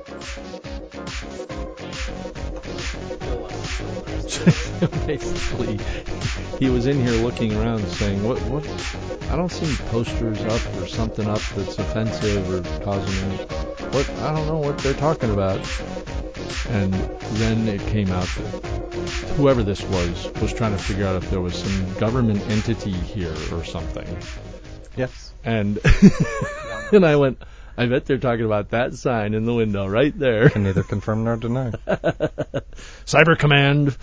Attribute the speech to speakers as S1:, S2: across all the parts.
S1: Basically, he was in here looking around saying, what, what, I don't see any posters up or something up that's offensive or causing any, what, I don't know what they're talking about. And then it came out that whoever this was was trying to figure out if there was some government entity here or something.
S2: Yes.
S1: And, and I went, I bet they're talking about that sign in the window right there.
S2: Can neither confirm nor deny.
S1: Cyber Command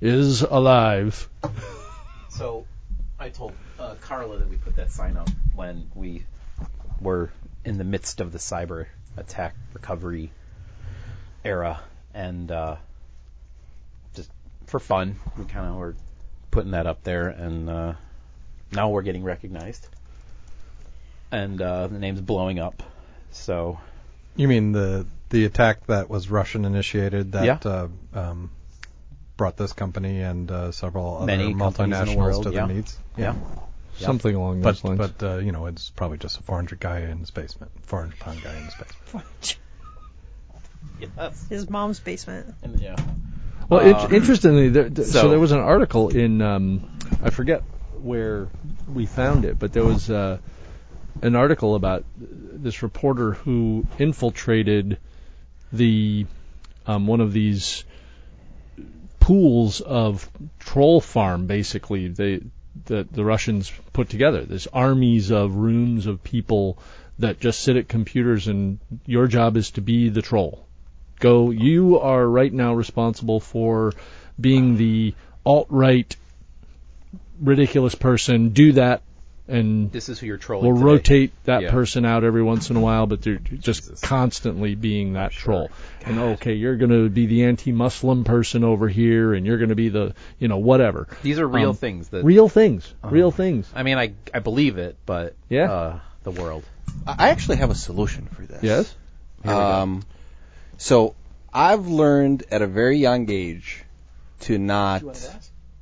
S1: is alive.
S3: So I told uh, Carla that we put that sign up when we were in the midst of the cyber attack recovery era, and uh, just for fun, we kind of were putting that up there, and uh, now we're getting recognized, and uh, the name's blowing up. So
S2: You mean the the attack that was Russian initiated that
S3: Yeah.
S2: uh, um, brought this company and uh, several other
S3: Many companies in
S2: multinationals
S3: the world,
S2: to
S3: yeah.
S2: their needs?
S3: yeah,
S1: Something along
S2: But
S1: those lines.
S2: but uh, you know it's probably just a 400 guy in his basement, 400 pound guy in his basement.
S3: yes,
S4: His mom's basement.
S3: and, yeah.
S1: Well,
S3: Uh,
S1: it, interestingly, there, th- so,
S3: so-
S1: there was an article in um, I forget where we found it, but there was uh, an article about this reporter who infiltrated the um, one of these pools of troll farm, basically they that the Russians put together. There's armies of rooms of people that just sit at computers, and your job is to be the troll go you are right now responsible for being the alt right ridiculous person do that and
S3: This is who you're trolling.
S1: we'll
S3: today.
S1: rotate that
S3: Yeah.
S1: person out every once in a while but they're just
S3: Jesus.
S1: constantly being that troll and okay you're going to be the anti-muslim person over here and you're going to be the you know whatever
S3: These are real
S1: Um,
S3: things. That
S1: real things
S3: Uh-huh.
S1: real things
S3: I mean, I I believe it, but
S1: Yeah.
S3: uh, the world.
S5: I I actually have a solution for this.
S1: yes
S5: Um, so I've learned at a very young age to not,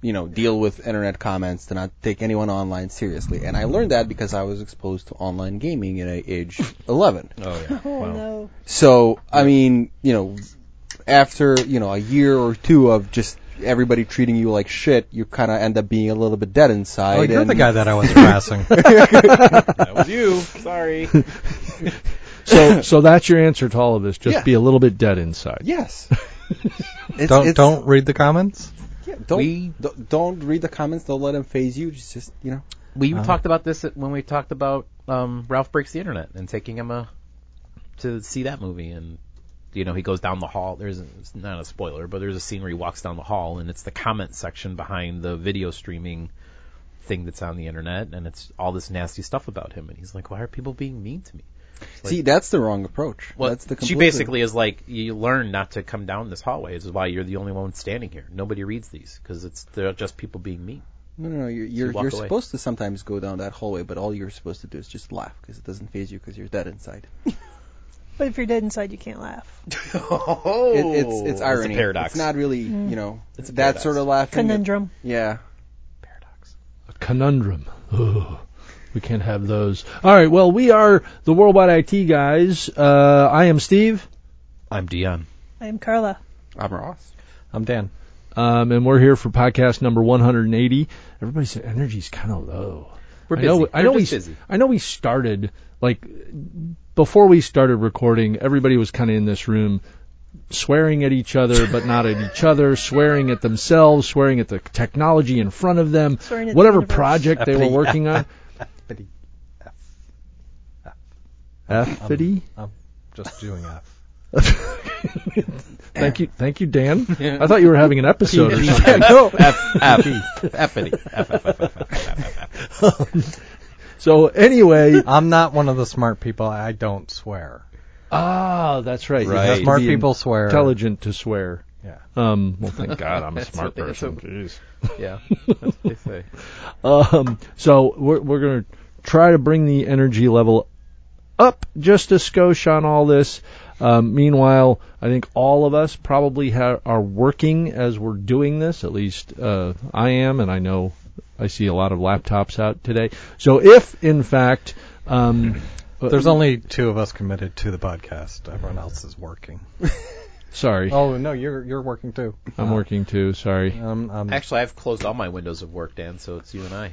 S5: you know, deal with internet comments, to not take anyone online seriously, and I learned that because I was exposed to online gaming at a- age 11.
S3: Oh yeah.
S4: Oh no.
S5: So I mean, you know, after you know a year or two of just everybody treating you like shit, you kind of end up being a little bit dead inside.
S2: Oh, you're
S5: and
S2: the guy that I was harassing.
S3: that was you. Sorry.
S1: so so that's your answer to all of this just
S5: Yeah.
S1: be a little bit dead inside
S5: Yes. It's-
S2: don't
S5: it's-
S2: don't read the comments.
S5: yeah, don't
S3: We-
S5: don't- don't read the comments. Don't let them phase you. Just just you know.
S3: We talked about this at- when we talked about um, Ralph Breaks the Internet and taking Emma to see that movie. And, you know, he goes down the hall. There's it's not a spoiler, but there's a scene where he walks down the hall and it's the comment section behind the video streaming thing that's on the internet. And it's all this nasty stuff about him. And he's like, why are people being mean to me?
S5: See, that's the wrong approach.
S3: Well,
S5: that's the
S3: she
S5: completely-
S3: basically is like, you learn not to come down this hallway. This is why you're the only one standing here. Nobody reads these because it's they're just people being mean.
S5: no, no, no. You're you're,
S3: walk
S5: you're
S3: away.
S5: supposed to sometimes go down that hallway, but all you're supposed to do is just laugh because it doesn't phase you because you're dead inside.
S4: But if you're dead inside, you can't laugh.
S3: Oh,
S5: It, it's it's
S3: It's
S5: irony.
S3: a paradox.
S5: It's not really you know
S3: It's a
S5: that
S3: paradox.
S5: sort of laughing.
S4: Conundrum.
S5: Yeah.
S3: paradox.
S1: conundrum. Ooh, we can't have those. All right. Well, we are the Worldwide IT guys. Uh, I am Steve,
S3: I'm Dion.
S4: I am Carla.
S5: I'm Ross.
S2: I'm Dan.
S1: um, and we're here for podcast number 180. Everybody's energy's kind of low.
S3: We're
S1: I know,
S3: busy.
S1: I
S3: We're
S1: know
S3: just
S1: we,
S3: busy.
S1: I know we started like before we started recording. Everybody was kind of in this room swearing at each other, but not at each other. Swearing at themselves, swearing at the technology in front of them,
S4: Swearing at the
S1: whatever
S4: universe.
S1: project they were working on. Effity.
S2: Just doing that.
S1: Thank you, thank you, Dan. I thought you were having an episode or something. So anyway,
S2: I'm not one of the smart people. I don't swear.
S1: ah, that's right. You
S3: Right.
S1: have to
S2: Smart
S1: be
S2: people swear.
S1: intelligent to swear.
S2: Yeah.
S1: Um, well, thank God I'm a smart
S3: what- that's
S1: person.
S3: what-
S1: Jeez.
S3: Yeah, that's what they say.
S1: Um, so we're we're gonna try to bring the energy level up just a skosh on all this. Um, meanwhile, I think all of us probably ha- are working as we're doing this. At least uh, I am, and I know I see a lot of laptops out today. So if in fact um,
S2: There's only two of us committed to the podcast. Everyone else is working.
S1: Sorry,
S2: Oh no, you're you're working too.
S1: I'm working too. Sorry.
S2: Um, um,
S3: Actually, I've closed all my windows of work, Dan, so it's you and I.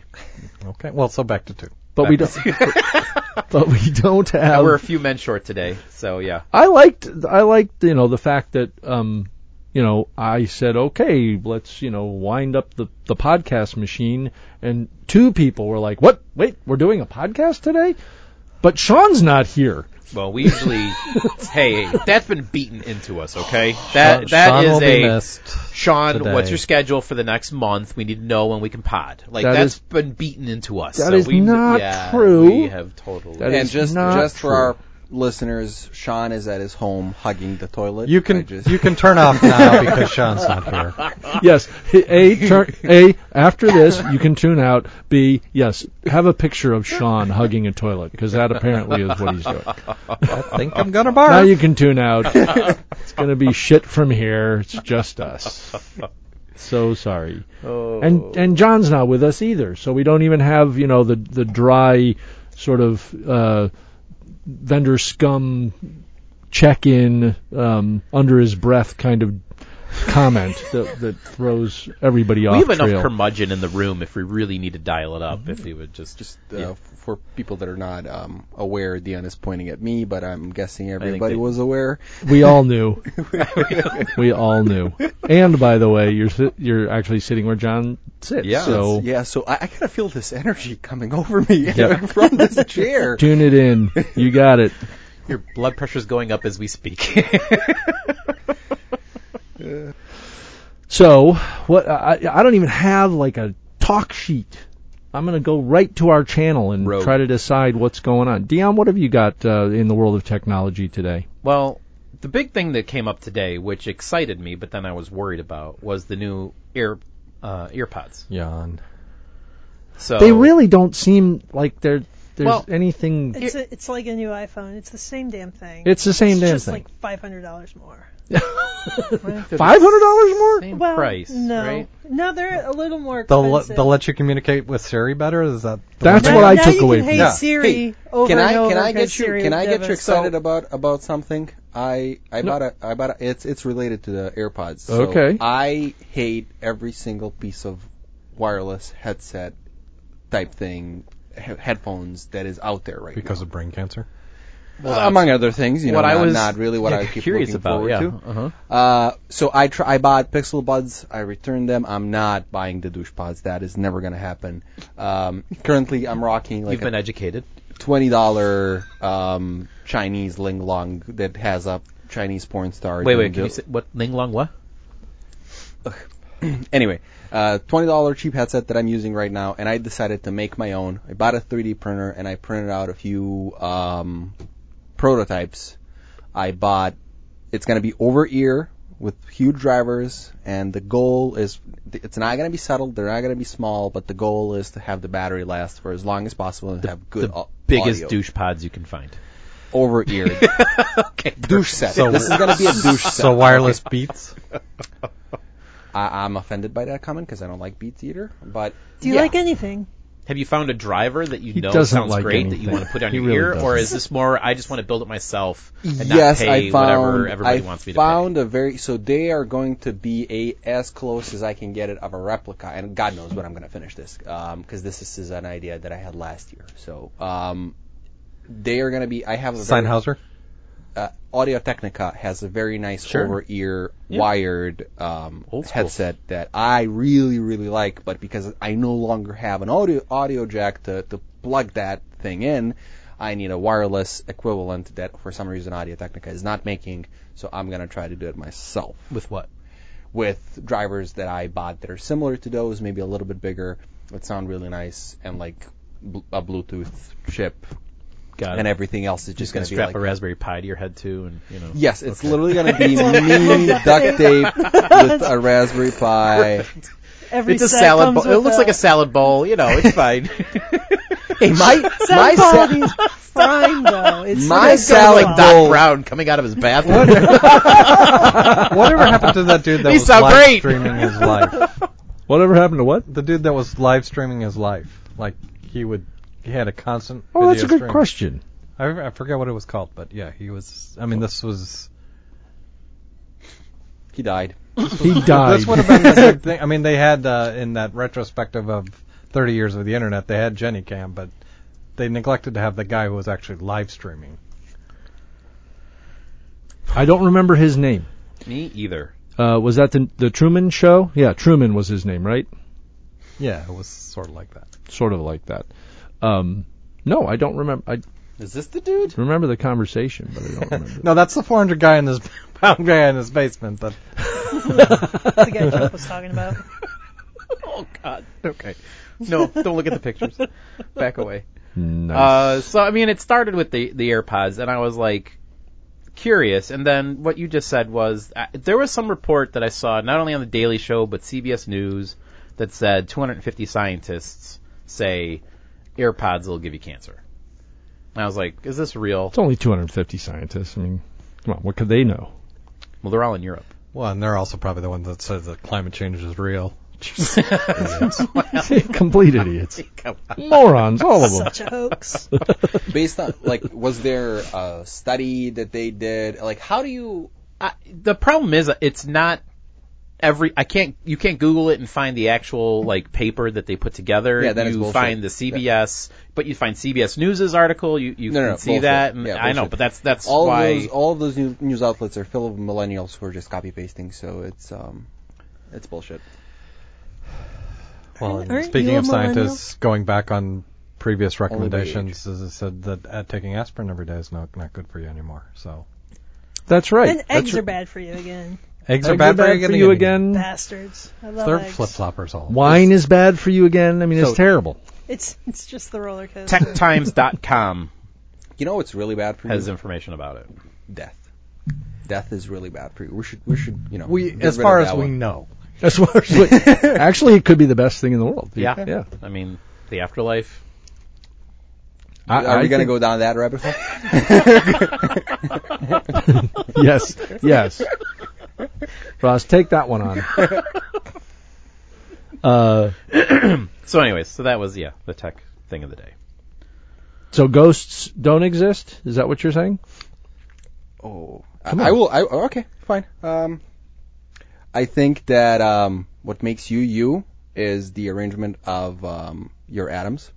S2: okay. Well, so back to two.
S1: But we don't. but we don't
S3: Now,
S1: have.
S3: we're a few men short today, so yeah.
S1: I liked. I liked. You know the fact that. Um, you know, I said, okay, let's you know wind up the the podcast machine, and two people were like, "What? Wait, we're doing a podcast today?" But Sean's not here.
S3: Well, we usually. hey, that's been beaten into us, okay? That that
S2: Sean
S3: is
S2: will be
S3: a.
S2: missed.
S3: Sean,
S2: today.
S3: what's your schedule for the next month? We need to know when we can pod. Like
S1: That
S3: has
S1: is-
S3: been beaten into us.
S1: that
S3: so
S1: is
S3: we,
S1: not
S3: yeah,
S1: true.
S3: We have totally.
S1: That
S5: and
S1: is
S5: just
S1: not
S5: just
S1: true.
S5: for our listeners, Sean is at his home hugging the toilet.
S2: You
S5: I
S2: can
S5: just,
S2: you can turn off now because Sean's not here.
S1: yes. A turn, A after this you can tune out. B yes, have a picture of Sean hugging a toilet because that apparently is what he's doing.
S2: I think I'm gonna
S1: Now
S2: bar.
S1: you can tune out. It's gonna be shit from here. It's just us. So sorry.
S3: Oh.
S1: And and John's not with us either, so we don't even have you know the the dry sort of uh, vendor scum check in um, under his breath kind of comment that, that throws everybody off
S3: we have enough
S1: trail.
S3: curmudgeon in the room if we really need to dial it up. If we would just,
S5: just uh,
S3: Yeah.
S5: for people that are not um, aware, Dion is pointing at me, but I'm guessing
S3: they-
S5: everybody was aware.
S1: we all knew. we all knew. And by the way, you're si- you're actually sitting where John sits.
S3: Yeah.
S1: So
S5: Yeah, so I, I kind of feel this energy coming over me
S1: Yep.
S5: from this chair.
S1: tune it in. You got it.
S3: your blood pressure's going up as we speak.
S1: So what? I, I don't even have like a talk sheet. I'm gonna go right to our channel and
S3: Rogue.
S1: try to decide what's going on. Dion, what have you got uh, in the world of technology today?
S3: Well, the big thing that came up today, which excited me, but then I was worried about, was the new ear uh, earpods.
S2: Yawn.
S3: So
S1: They really don't seem like they're there's
S3: Well,
S1: anything.
S4: It's a, it's like a new iPhone. It's the same damn thing.
S1: It's the same damn
S4: just
S1: thing.
S4: like five hundred dollars more.
S1: Five hundred dollars more.
S3: same
S4: Well,
S3: price,
S4: no,
S3: right?
S4: no, they're a little more
S2: They'll let,
S4: expensive.
S2: they'll let you communicate with Siri better. Is that the
S1: That's
S2: one
S4: now,
S1: what I
S4: now
S1: took
S4: you
S1: away
S4: can
S1: from
S4: hate
S2: that.
S4: Siri over
S5: can I
S4: and over
S5: can I
S4: 'cause
S5: get you
S4: Siri
S5: can I get you
S4: devastates-
S5: excited about about something? I I bought a I bought a, it's it's related to the AirPods. So
S1: Okay.
S5: I hate every single piece of wireless headset type thing he- headphones that is out there right
S2: because
S5: now.
S2: of brain cancer?
S5: Well, among other things, you know,
S3: what I
S5: not,
S3: was
S5: not really what I keep
S3: curious
S5: looking
S3: about,
S5: forward
S3: yeah.
S5: to.
S3: Uh-huh.
S5: Uh, so I tr- I bought Pixel Buds. I returned them. I'm not buying the douche pods. That is never going to happen. Um, currently, I'm rocking like
S3: You've
S5: a
S3: been educated.
S5: twenty dollar um, Chinese ling long that has a Chinese porn star.
S3: Wait, wait.
S5: doing
S3: Can you
S5: the-
S3: say what Ling Long? What?
S5: Anyway, uh, twenty dollar cheap headset that I'm using right now, and I decided to make my own. I bought a 3D printer and I printed out a few um, prototypes. I bought. It's going to be over ear with huge drivers, and the goal is it's not going to be subtle. They're not going to be small, but the goal is to have the battery last for as long as possible and have good.
S3: the
S5: au-
S3: biggest
S5: audio.
S3: douche pods you can find.
S5: over ear
S3: Okay.
S5: douche set.
S2: So-
S5: this is going to be a douche set.
S2: So wireless beats.
S5: I, I'm offended by that comment because I don't like Beats Eater, but
S4: Do you
S5: yeah.
S4: like anything?
S3: Have you found a driver that you
S1: He
S3: know
S1: doesn't
S3: sounds
S1: like
S3: great that you
S1: anything.
S3: want to put on
S1: He
S3: your
S1: really
S3: ear, or
S1: doesn't.
S3: is this more I just want to build it myself and
S5: yes,
S3: not pay
S5: I found.
S3: whatever everybody
S5: I
S3: wants me to
S5: found a very so they are going to be a as close as I can get it of a replica, and God knows when I'm going to finish this because this, this is an idea that I had last year. So um, they are going to be. I have a very-
S2: Sennheiser.
S5: uh, Audio Technica has a very nice
S3: Sure.
S5: over ear
S3: Yeah.
S5: wired um,
S3: Old school.
S5: headset that I really really like, but because I no longer have an audio audio jack to, to plug that thing in, I need a wireless equivalent that for some reason Audio Technica is not making. So I'm gonna try to do it myself
S3: pay. With what?
S5: with drivers that I bought that are similar to those, maybe a little bit bigger, but sound really nice and like bl- a Bluetooth chip.
S3: Got
S5: And
S3: it.
S5: everything else is just
S3: Just gonna
S5: going to be
S3: strap
S5: like
S3: a Raspberry Pi to your head too, and you know.
S5: Yes, it's literally going to be me duct tape with a Raspberry Pi.
S4: Every
S3: It's a
S4: set
S3: salad
S4: comes
S3: bowl. It
S4: with
S3: looks like a salad bowl. You know, it's fine.
S5: Hey, my my
S4: Salad quality
S5: sa-
S4: is prime though. It's
S5: My
S4: it's got
S5: salad
S4: a-
S5: bowl-
S3: Doc Brown coming out of his bathroom.
S2: Whatever happened to that dude that
S3: He
S2: was
S3: sound
S2: live
S3: great.
S2: streaming his life?
S1: Whatever happened to what?
S2: The dude that was live streaming his life, like he would, he had a constant.
S1: Oh, that's
S2: video
S1: a good
S2: stream.
S1: question.
S2: I, re- I forget what it was called, but yeah, he was. I mean, this was.
S5: He died.
S1: He died.
S2: That's what about the big thing. I mean, they had uh, in that retrospective of 30 years of the internet, they had Jenny Cam, but they neglected to have the guy who was actually live streaming.
S1: I don't remember his name.
S3: Me either.
S1: Uh, was that the the Truman Show? Yeah, Truman was his name, right?
S2: Yeah, it was sort of like that.
S1: Sort of like that. Um, no, I don't remember. I
S3: Is this the dude?
S1: remember the conversation, but I don't remember.
S2: No, that's the 400 guy in his pound guy in his basement. That
S4: That's the guy Chuck was talking about.
S3: Oh God. Okay. No, don't look at the pictures. Back away. Uh,
S1: Nice.
S3: so I mean, it started with the the AirPods, and I was like curious. And then what you just said was uh, there was some report that I saw not only on the Daily Show but CBS News that said 250 scientists say AirPods will give you cancer. And I was like, is this real?
S1: it's only 250 scientists. I mean, come on, what could they know?
S3: Well, they're all in Europe.
S2: well, and they're also probably the ones that says that climate change is real.
S1: Complete idiots, morons, all of them.
S4: Such a hoax.
S5: Based on like, was there a study that they did? Like, how do you?
S3: I, the problem is uh, it's not every I can't you can't Google it and find the actual like paper that they put together.
S5: Yeah, that is
S3: you
S5: bullshit.
S3: find the CBS, but you find CBS News's article. You you
S5: No,
S3: can
S5: no, no,
S3: see
S5: bullshit.
S3: that. And
S5: Yeah,
S3: I know,
S5: bullshit.
S3: but that's that's
S5: All
S3: why
S5: those all those new, news outlets are full of millennials who are just copy pasting. So it's um, it's bullshit.
S2: Well,
S4: Aren't- aren't
S2: speaking
S4: you a
S2: of scientists, going back on previous
S5: by age.
S2: recommendations, as I said that uh, taking aspirin every day is not not good for you anymore. So
S1: That's right.
S4: and
S1: That's
S4: eggs
S1: r-
S4: are bad for you again.
S2: eggs,
S1: Eggs are bad, for you again.
S4: Bastards. I love
S2: They're
S4: eggs.
S2: flip floppers all.
S1: Wine is bad for you again. I mean,
S2: So-
S1: it's terrible.
S4: It's it's just the roller coaster.
S3: techtimes.com
S5: You know what's really bad for you?
S3: has information about it.
S5: death. Death is really bad for you. We should we should you know
S2: We,
S5: get
S2: as
S5: rid
S2: far
S5: of
S2: as
S5: that
S2: we
S5: one.
S2: know,
S1: That's what. Actually, it could be the best thing in the world.
S3: Yeah,
S1: yeah.
S3: I mean the afterlife.
S1: I,
S5: Are
S1: I
S5: we gonna
S1: think-
S5: go down that rabbit hole?
S1: yes, yes. Ross, take that one on. Uh,
S3: So, anyways, so that was yeah the tech thing of the day.
S1: so ghosts don't exist? Is that what you're saying?
S5: Oh,
S1: Come
S5: I, I
S1: on.
S5: will. I oh, okay, fine. Um, I think that um, what makes you you is the arrangement of um, your atoms.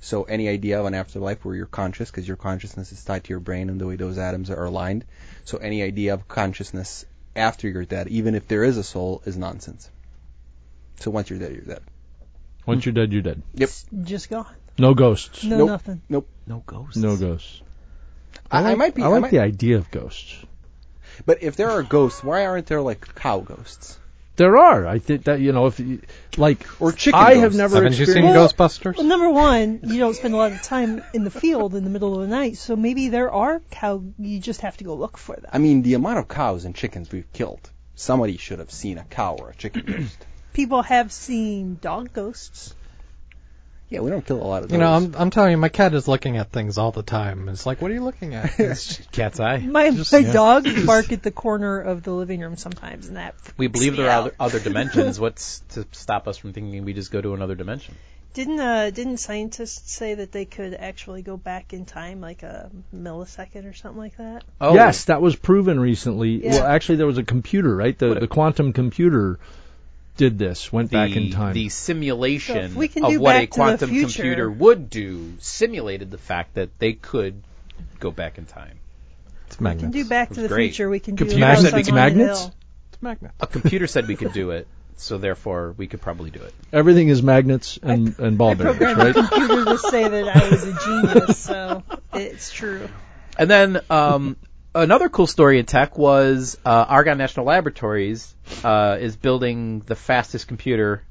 S5: So any idea of an afterlife where you're conscious, because your consciousness is tied to your brain and the way those atoms are aligned. So any idea of consciousness after you're dead, even if there is a soul, is nonsense. So once you're dead, you're dead.
S1: Once you're dead, you're dead.
S4: Just gone.
S1: No ghosts.
S4: No
S5: Nope.
S4: nothing.
S3: No ghosts.
S1: No ghosts.
S5: I, I
S1: like-
S5: might be.
S1: I like
S5: might-
S1: the idea of ghosts.
S5: But if there are ghosts, why aren't there like cow ghosts
S1: There are. I think that you know, if you, like
S5: or chicken?
S1: I have
S5: ghosts?
S1: never
S2: haven't you seen
S1: experienced.
S4: Well-
S2: Ghostbusters?
S4: Well, number one, you don't spend a lot of time in the field in the middle of the night, so maybe there are cow. You just have to go look for them.
S5: I mean, the amount of cows and chickens we've killed. Somebody should have seen a cow or a chicken ghost.
S4: People have seen dog ghosts.
S5: Yeah, we don't kill a lot of those.
S2: You know, I'm, I'm telling you, my cat is looking at things all the time. It's like, what are you looking at? It's just-
S3: Cat's eye.
S4: My
S2: Just-
S4: my
S2: yeah.
S4: dogs bark at the corner of the living room sometimes, and that
S3: We
S4: freaks
S3: believe
S4: me
S3: there are
S4: out.
S3: other, other dimensions. What's to stop us from thinking we just go to another dimension?
S4: Didn't uh, didn't scientists say that they could actually go back in time like a millisecond or something like that?
S3: Oh,
S1: Yes, that was proven recently.
S4: Yeah.
S1: Well, actually, there was a computer, right? The
S3: What-
S1: the quantum computer did this. Went
S3: the,
S1: back in time.
S3: the
S4: So
S3: simulation
S4: if we can
S3: of
S4: do
S3: what
S4: Back
S3: a
S4: to the
S3: quantum
S4: Future-
S3: computer would do simulated the fact that they could go back in time.
S2: it's
S4: We can
S2: magnets.
S4: do Back to
S3: That's
S4: the
S3: great.
S4: Future. We can do
S1: Computer
S4: House
S1: said we
S4: on
S1: can-
S4: Haunted
S1: Magnets?
S4: Hill.
S2: It's magnets.
S3: A computer said we could do it, so therefore we could probably do it.
S1: Everything is magnets and, and ball
S4: I
S1: bearings,
S4: programmed
S1: right?
S4: the computer to say that I was a genius, so it's true.
S3: And then um, another cool story in tech was uh, Argonne National Laboratories uh, is building the fastest computer,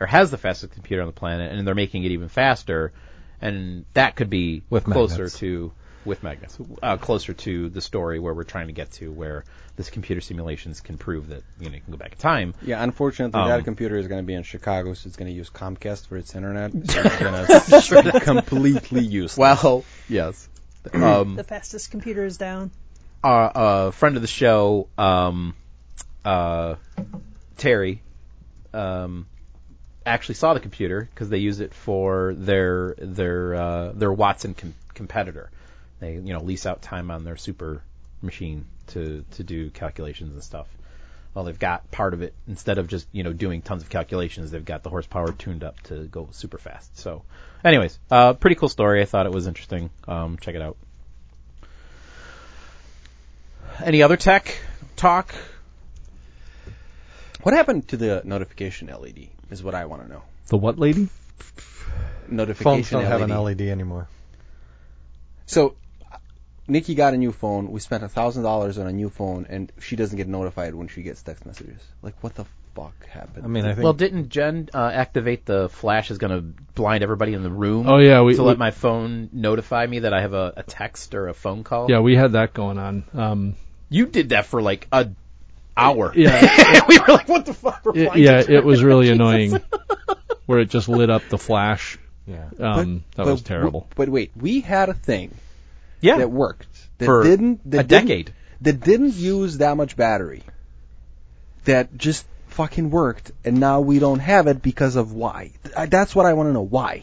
S3: or has the fastest computer on the planet, and they're making it even faster. And that could be
S2: With
S3: closer
S2: magnets.
S3: to with magnets, uh, closer to the story where we're trying to get to, where this computer simulations can prove that you know you can go back in time.
S5: yeah, unfortunately,
S3: Um,
S5: that computer is going to be in Chicago, so it's going to use Comcast for its internet. So it's going to be completely useless.
S3: Well, yes. Um,
S4: The fastest computer is down.
S3: our uh, friend of the show, um, uh, Terry, um, actually saw the computer because they use it for their their uh, their Watson com- competitor. They you know lease out time on their super machine to to do calculations and stuff. Well, they've got part of it instead of just you know doing tons of calculations, they've got the horsepower tuned up to go super fast. So, anyways, uh, pretty cool story. I thought it was interesting. Um, check it out. Any other tech talk?
S5: What happened to the notification LED? Is what I want to know.
S1: The what lady?
S5: Notification
S2: Phones don't
S5: LED.
S2: have an E
S4: E
S2: LED anymore.
S5: So, uh, Nikki got a new phone. We spent a thousand dollars on a new phone, and she doesn't get notified when she gets text messages. Like, what the fuck happened?
S2: I mean, I think
S3: Well, didn't Jen uh, activate the flash is going to blind everybody in the room?
S1: Oh, yeah, we-
S3: to let
S1: we-
S3: my phone notify me that I have a, a text or a phone call.
S1: Yeah, we had that going on. Um,
S3: you did that for like a hour.
S1: yeah,
S3: we were like, what the fuck? We're
S1: it,
S3: blinded.
S1: yeah, it was really annoying where it just lit up the flash.
S2: yeah.
S1: Um, that
S5: But
S1: was terrible.
S5: w- but wait, we had a thing
S3: yeah.
S5: that worked that
S3: For
S5: didn't
S3: a
S5: that didn't-
S3: decade.
S5: that didn't use that much battery that just fucking worked, and now we don't have it because of why? Th- I- That's what I want to know. Why?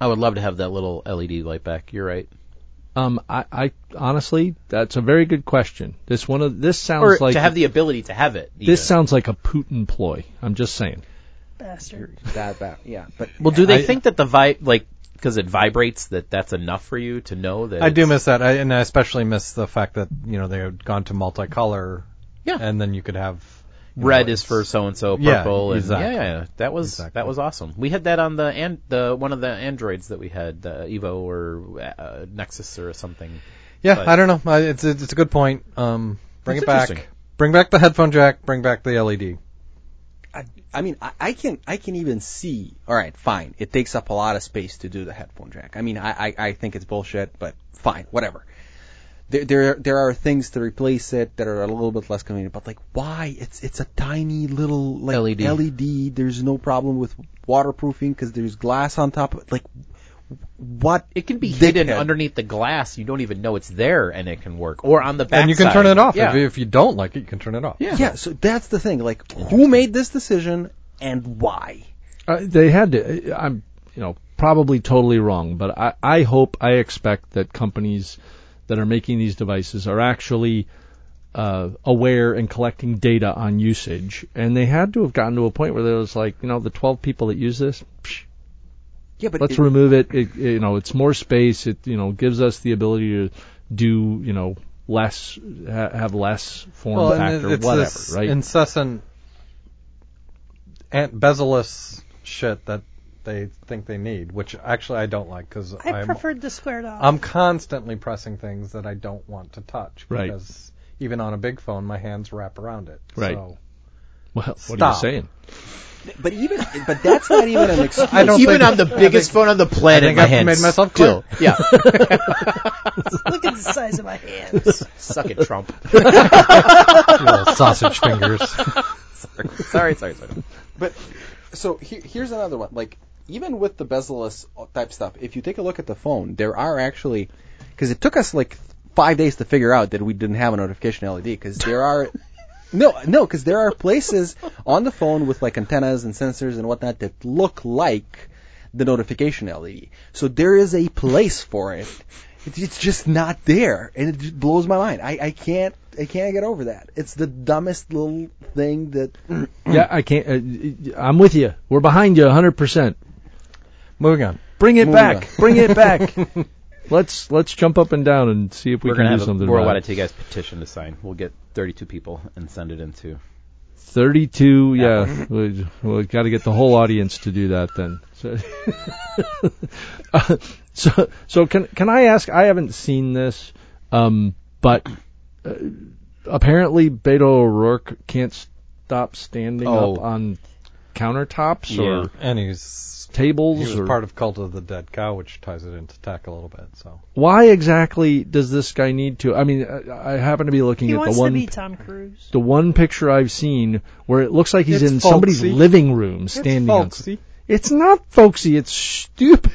S3: I would love to have that little LED light back. You're right.
S1: Um, I, I honestly, that's a very good question. This one of this sounds
S3: Or
S1: like
S3: to have the ability to have it. even.
S1: this sounds like a Putin ploy. I'm just saying.
S4: Bastard.
S5: That that yeah. But
S3: well, do they
S1: I-
S3: think that the vibe, like, because it vibrates, that that's enough for you to know that?
S2: I do
S3: it's-
S2: miss that, I, and I especially miss the fact that you know they had gone to multicolor.
S3: Yeah.
S2: And then you could have you know,
S3: red
S2: it's-
S3: is for so and so,
S2: Yeah,
S3: purple, and
S2: exactly.
S3: yeah, yeah, yeah. that was
S2: Exactly.
S3: that was awesome. We had that on the and the one of the androids that we had, the Evo or uh, Nexus or something.
S2: Yeah,
S3: but-
S2: I don't know. I- It's it's, it's a good point. Um, bring
S3: That's
S2: it back.
S3: interesting.
S2: Bring back the headphone jack. Bring back the E LED.
S5: I, I mean, I, I can I can even see. All right, fine. It takes up a lot of space to do the headphone jack. I mean, I, I, I think it's bullshit, but fine, whatever. There, there there are things to replace it that are a little bit less convenient, but like why? It's it's a tiny little like
S3: LED.
S5: LED. There's no problem with waterproofing because there's glass on top of it. Like what?
S3: It can be
S5: Dickhead.
S3: hidden underneath the glass; you don't even know it's there, and it can work. Or on the back,
S2: and you can turn it off
S3: Yeah.
S2: if, you- if you don't like it. You can turn it off.
S3: Yeah.
S5: Yeah. So that's the thing. Like who made this decision and why?
S1: Uh, they had to. I'm, you know, probably totally wrong, but I, I hope, I expect that companies that are making these devices are actually uh, aware and collecting data on usage. And they had to have gotten to a point where there was like, you know, the 12 people that use this, psh,
S5: Yeah, but
S1: let's
S5: it-
S1: remove it. it. You know, it's more space. It you know gives us the ability to do you know less, ha- have less form
S2: Well, and
S1: factor,
S2: it- it's
S1: whatever,
S2: this
S1: right?
S2: incessant ant bezel-less shit that they think they need, which actually I don't like because
S4: I
S2: I'm
S4: preferred the squared off.
S2: I'm constantly pressing things that I don't want to touch
S1: Right.
S2: because even on a big phone, my hands wrap around it.
S1: Right.
S2: So
S1: well, what are you
S2: stop.
S1: saying?
S5: but even but that's not even an excuse.
S2: I don't
S3: Even
S2: think-
S3: on the
S2: I
S3: biggest phone on the planet,
S2: think
S3: my
S2: I've
S3: hands
S2: made myself
S3: still. Yeah,
S4: Look at the size of my hands.
S3: suck it, Trump.
S2: little sausage fingers.
S3: sorry, sorry, sorry.
S5: But so here, here's another one. Like even with the bezel-less type stuff, if you take a look at the phone, there are actually because it took us like five days to figure out that we didn't have a notification LED because there are. No, no, because there are places on the phone with like antennas and sensors and whatnot that look like the notification LED. So there is a place for it. It- It's just not there, and it just blows my mind. I, I can't, I can't get over that. It's the dumbest little thing that
S1: yeah, I can't. Uh, I'm with you. We're behind you 100. percent
S2: Moving on.
S1: Bring it
S5: Move
S1: back.
S5: on.
S1: Bring it back. let's let's jump up and down and see if we
S3: We're
S1: can
S3: gonna
S1: do
S3: have a
S1: something
S3: worldwide
S1: about it.
S3: IT guys petition to sign. We'll get 32 people and send it into.
S1: 32. Yeah, we we got to get the whole audience to do that then. So, Uh, so so can can I ask? I haven't seen this, um, but uh, apparently Beto O'Rourke can't stop standing
S3: Oh.
S1: up on countertops or
S2: And he's
S1: tables
S2: he was
S1: or
S2: part of Cult of the Dead Cow, which ties it into tech a little bit. So
S1: why exactly does this guy need to? I mean, I, I happen to be looking
S4: He
S1: at
S4: wants
S1: the one
S4: to be Tom Cruise.
S1: the one picture I've seen where it looks like he's
S2: It's
S1: in somebody's
S2: folksy.
S1: living room standing.
S2: it's
S1: on-
S2: folksy.
S1: It's not folksy. It's stupid.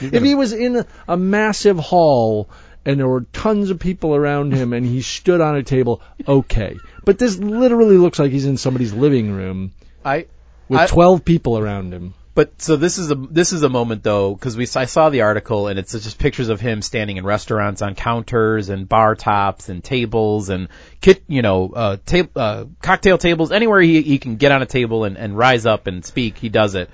S1: if he was in a, a massive hall and there were tons of people around him and he stood on a table, okay. But this literally looks like he's in somebody's living room
S3: I
S1: with
S3: I-
S1: 12 people around him.
S3: But so this is a this is a moment though because we I saw the article and it's just pictures of him standing in restaurants on counters and bar tops and tables and kit you know uh, ta- uh cocktail tables anywhere he he can get on a table and and rise up and speak he does it.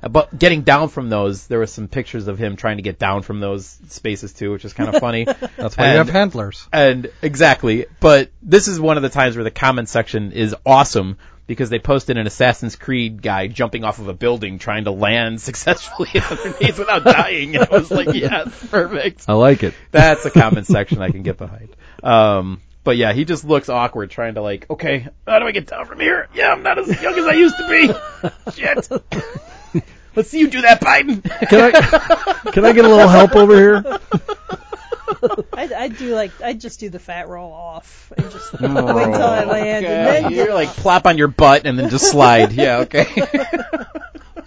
S3: Uh, But getting down from those, there was some pictures of him trying to get down from those spaces too, which is kind of funny.
S2: That's why
S3: And-
S2: you have handlers.
S3: and exactly, but this is one of the times where the comment section is awesome because they posted an Assassin's Creed guy jumping off of a building trying to land successfully underneath without dying. And it was like, yes, perfect.
S1: I like it.
S3: That's a comment section I can get behind. Um, but yeah, he just looks awkward trying to like, okay, how do I get down from here? Yeah, I'm not as young as I used to be. Shit. Let's see you do that, Biden.
S1: Can I can I get a little help over here?
S4: I'd, I'd do like I'd just do the fat roll off and just wait till I land and then
S3: you're
S4: get
S3: like
S4: up.
S3: plop on your butt and then just slide. Yeah, okay.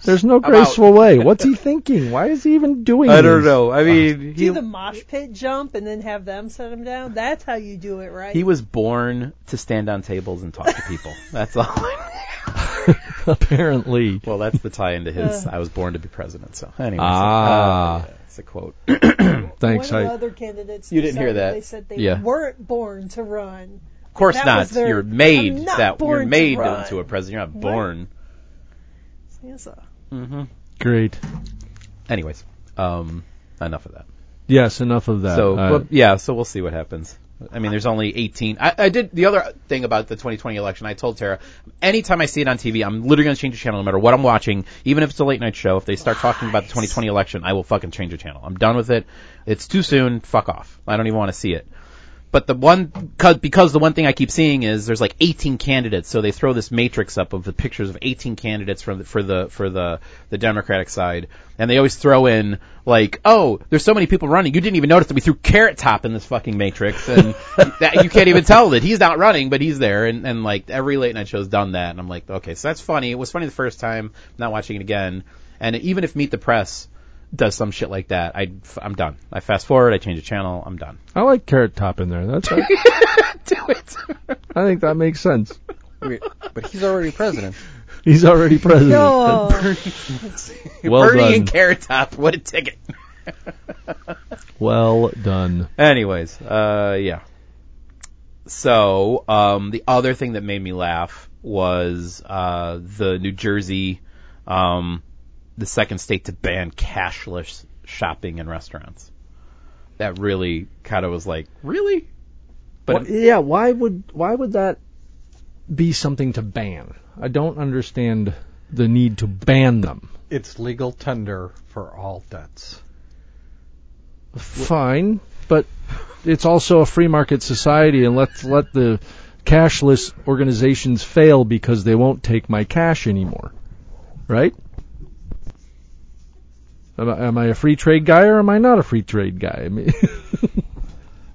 S1: There's no graceful way. What's he thinking? Why is he even doing?
S3: I don't
S1: this?
S3: know. I mean,
S4: do
S3: he,
S4: the mosh pit jump and then have them set him down. That's how you do it, right?
S3: he was born to stand on tables and talk to people. That's all. I
S1: Apparently.
S3: well, that's the tie into his.
S4: Uh.
S3: I was born to be president. So anyway,
S1: Ah.
S3: it's a quote. Uh,
S1: Thanks.
S4: One of the
S1: I,
S4: other candidates.
S3: You didn't hear
S4: decided
S3: that.
S4: They said they
S3: Yeah.
S4: weren't born to run.
S3: Of course
S4: That
S3: not.
S4: was their-
S3: you're made
S4: I'm not
S3: that.
S4: born
S3: You're
S4: to
S3: made
S4: run.
S3: into a president. You're not
S4: Right.
S3: born.
S4: Sansa.
S1: great.
S3: Anyways, um, enough of that.
S1: Yes. Enough of that.
S3: So
S1: Uh,
S3: well, yeah, so we'll see what happens. I mean, there's only 18. I, I did the other thing about the 2020 election. I told Tara, anytime I see it on TV, I'm literally gonna change the channel no matter what I'm watching, even if it's a late night show. If they start talking about the 2020 election, I will fucking change the channel. I'm done with it. It's too soon. Fuck off. I don't even want to see it. But the one, cause, because the one thing I keep seeing is there's like 18 candidates, so they throw this matrix up of the pictures of 18 candidates from the, for the for the the Democratic side, and they always throw in like, oh, there's so many people running, you didn't even notice that we threw Carrot Top in this fucking matrix, and that you can't even tell that he's not running, but he's there, and and like every late night show's done that, and I'm like, okay, so that's funny. It was funny the first time, not watching it again, and even if Meet the Press does some shit like that, I I'm done. I fast forward, I change the channel, I'm done.
S1: I like carrot top in there. That's. I,
S3: Do it.
S1: I think that makes sense.
S5: Wait, but he's already president.
S1: He's already president.
S4: No.
S1: Well
S3: Bernie
S1: done.
S3: and Carrot Top, what a ticket.
S1: well done.
S3: Anyways, uh, yeah. So, um, the other thing that made me laugh was, uh, the New Jersey, um, the second state to ban cashless shopping in restaurants. That really kind of was like, really? But
S1: Wh- yeah, why would why would that be something to ban? I don't understand the need to ban them.
S2: It's legal tender for all debts.
S1: Fine, but it's also a free market society, and let's let the cashless organizations fail because they won't take my cash anymore, right? Am I, am I a free trade guy or am I not a free trade guy? I mean,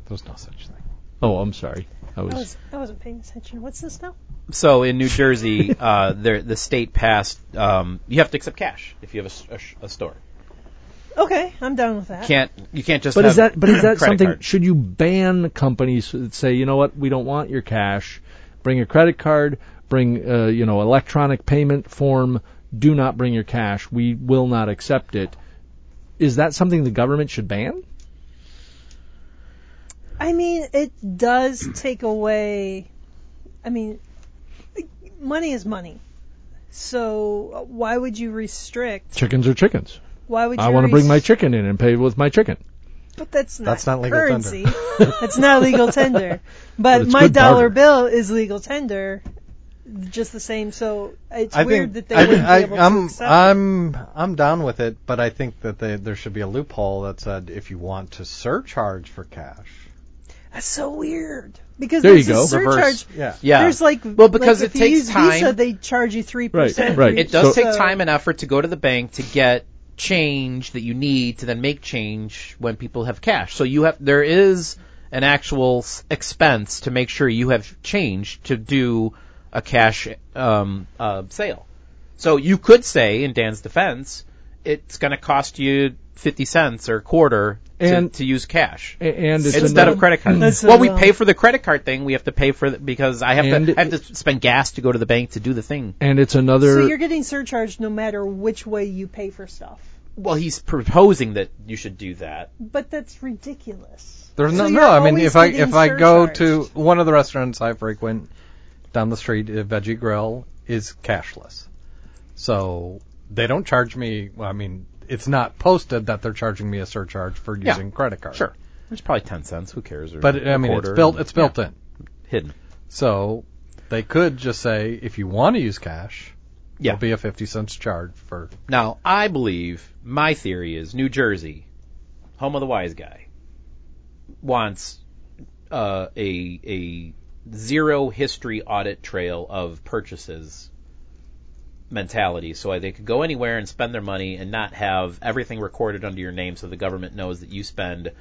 S2: There's no such thing.
S1: oh, I'm sorry. I
S4: I,
S1: was
S4: was, I wasn't paying attention. What's this now?
S3: so in New Jersey, uh, there, the state passed, um, you have to accept cash if you have a s- a, sh- a store.
S4: Okay, I'm done with that.
S3: Can't, you can't just
S1: But is
S3: have
S1: that but is that
S3: credit
S1: something?
S3: card.
S1: Should you ban companies that say, you know what, we don't want your cash, bring a credit card, bring uh, you know electronic payment form, do not bring your cash, we will not accept it. Is that something the government should ban?
S4: I mean, it does take away. I mean, money is money. So why would you restrict?
S1: Chickens are chickens.
S4: Why would you
S1: I want to bring my
S4: res-
S1: chicken in and pay with my chicken.
S4: But that's not,
S2: That's not legal
S4: currency. that's not legal tender. But,
S1: it's
S4: my
S1: good
S4: dollar
S1: barter.
S4: bill is legal tender, just the same. So it's
S2: I
S4: weird
S2: think
S4: that they
S2: I,
S4: wouldn't
S2: I,
S4: be able to
S2: I'm
S4: accept it.
S2: I'm I'm down with it, but I think that they, there should be a loophole that said if you want to surcharge for cash.
S4: That's so weird. Because
S1: There
S4: there's
S1: you
S4: a
S1: go.
S4: surcharge.
S3: Reverse.
S2: Yeah.
S3: Yeah.
S4: There's like
S3: Well, because
S4: like
S3: it
S4: if you
S3: takes
S4: use Visa,
S3: time.
S4: they charge you three percent.
S1: Right, right.
S3: It does
S1: So-
S3: take time and effort to go to the bank to get change that you need to then make change when people have cash. So you have there is an actual s- expense to make sure you have change to do a cash um, uh, sale. So you could say, in Dan's defense, it's going to cost you 50 cents or a quarter to,
S1: And-
S3: to use cash.
S1: A- And it's
S3: Instead
S1: another-
S3: of credit card.
S4: That's
S3: well, we
S4: another-
S3: pay for the credit card thing. We have to pay for the, because I have
S1: And-
S3: to I have to spend gas to go to the bank to do the thing.
S1: and it's another.
S4: So you're getting surcharged no matter which way you pay for stuff.
S3: Well, he's proposing that you should do that.
S4: But that's ridiculous.
S2: There's
S4: So
S2: no,
S4: you're
S2: no. I mean,
S4: always
S2: if I if
S4: getting
S2: I go to
S4: surcharged.
S2: one of the restaurants I frequent down the street, a Veggie Grill is cashless, so they don't charge me. Well, I mean, it's not posted that they're charging me a surcharge for
S3: Yeah,
S2: using credit card.
S3: Sure. It's probably 10 cents. Who cares? Or
S2: but I
S3: a
S2: mean, it's
S3: quarter.
S2: built it's built in,
S3: Yeah, hidden.
S2: so they could just say if you want to use cash,
S3: Yeah.
S2: there'll be a fifty cents charge for.
S3: Now, I believe my theory is New Jersey, home of the wise guy, wants uh, a a zero history audit trail of purchases mentality, so they could go anywhere and spend their money and not have everything recorded under your name, so the government knows that you spend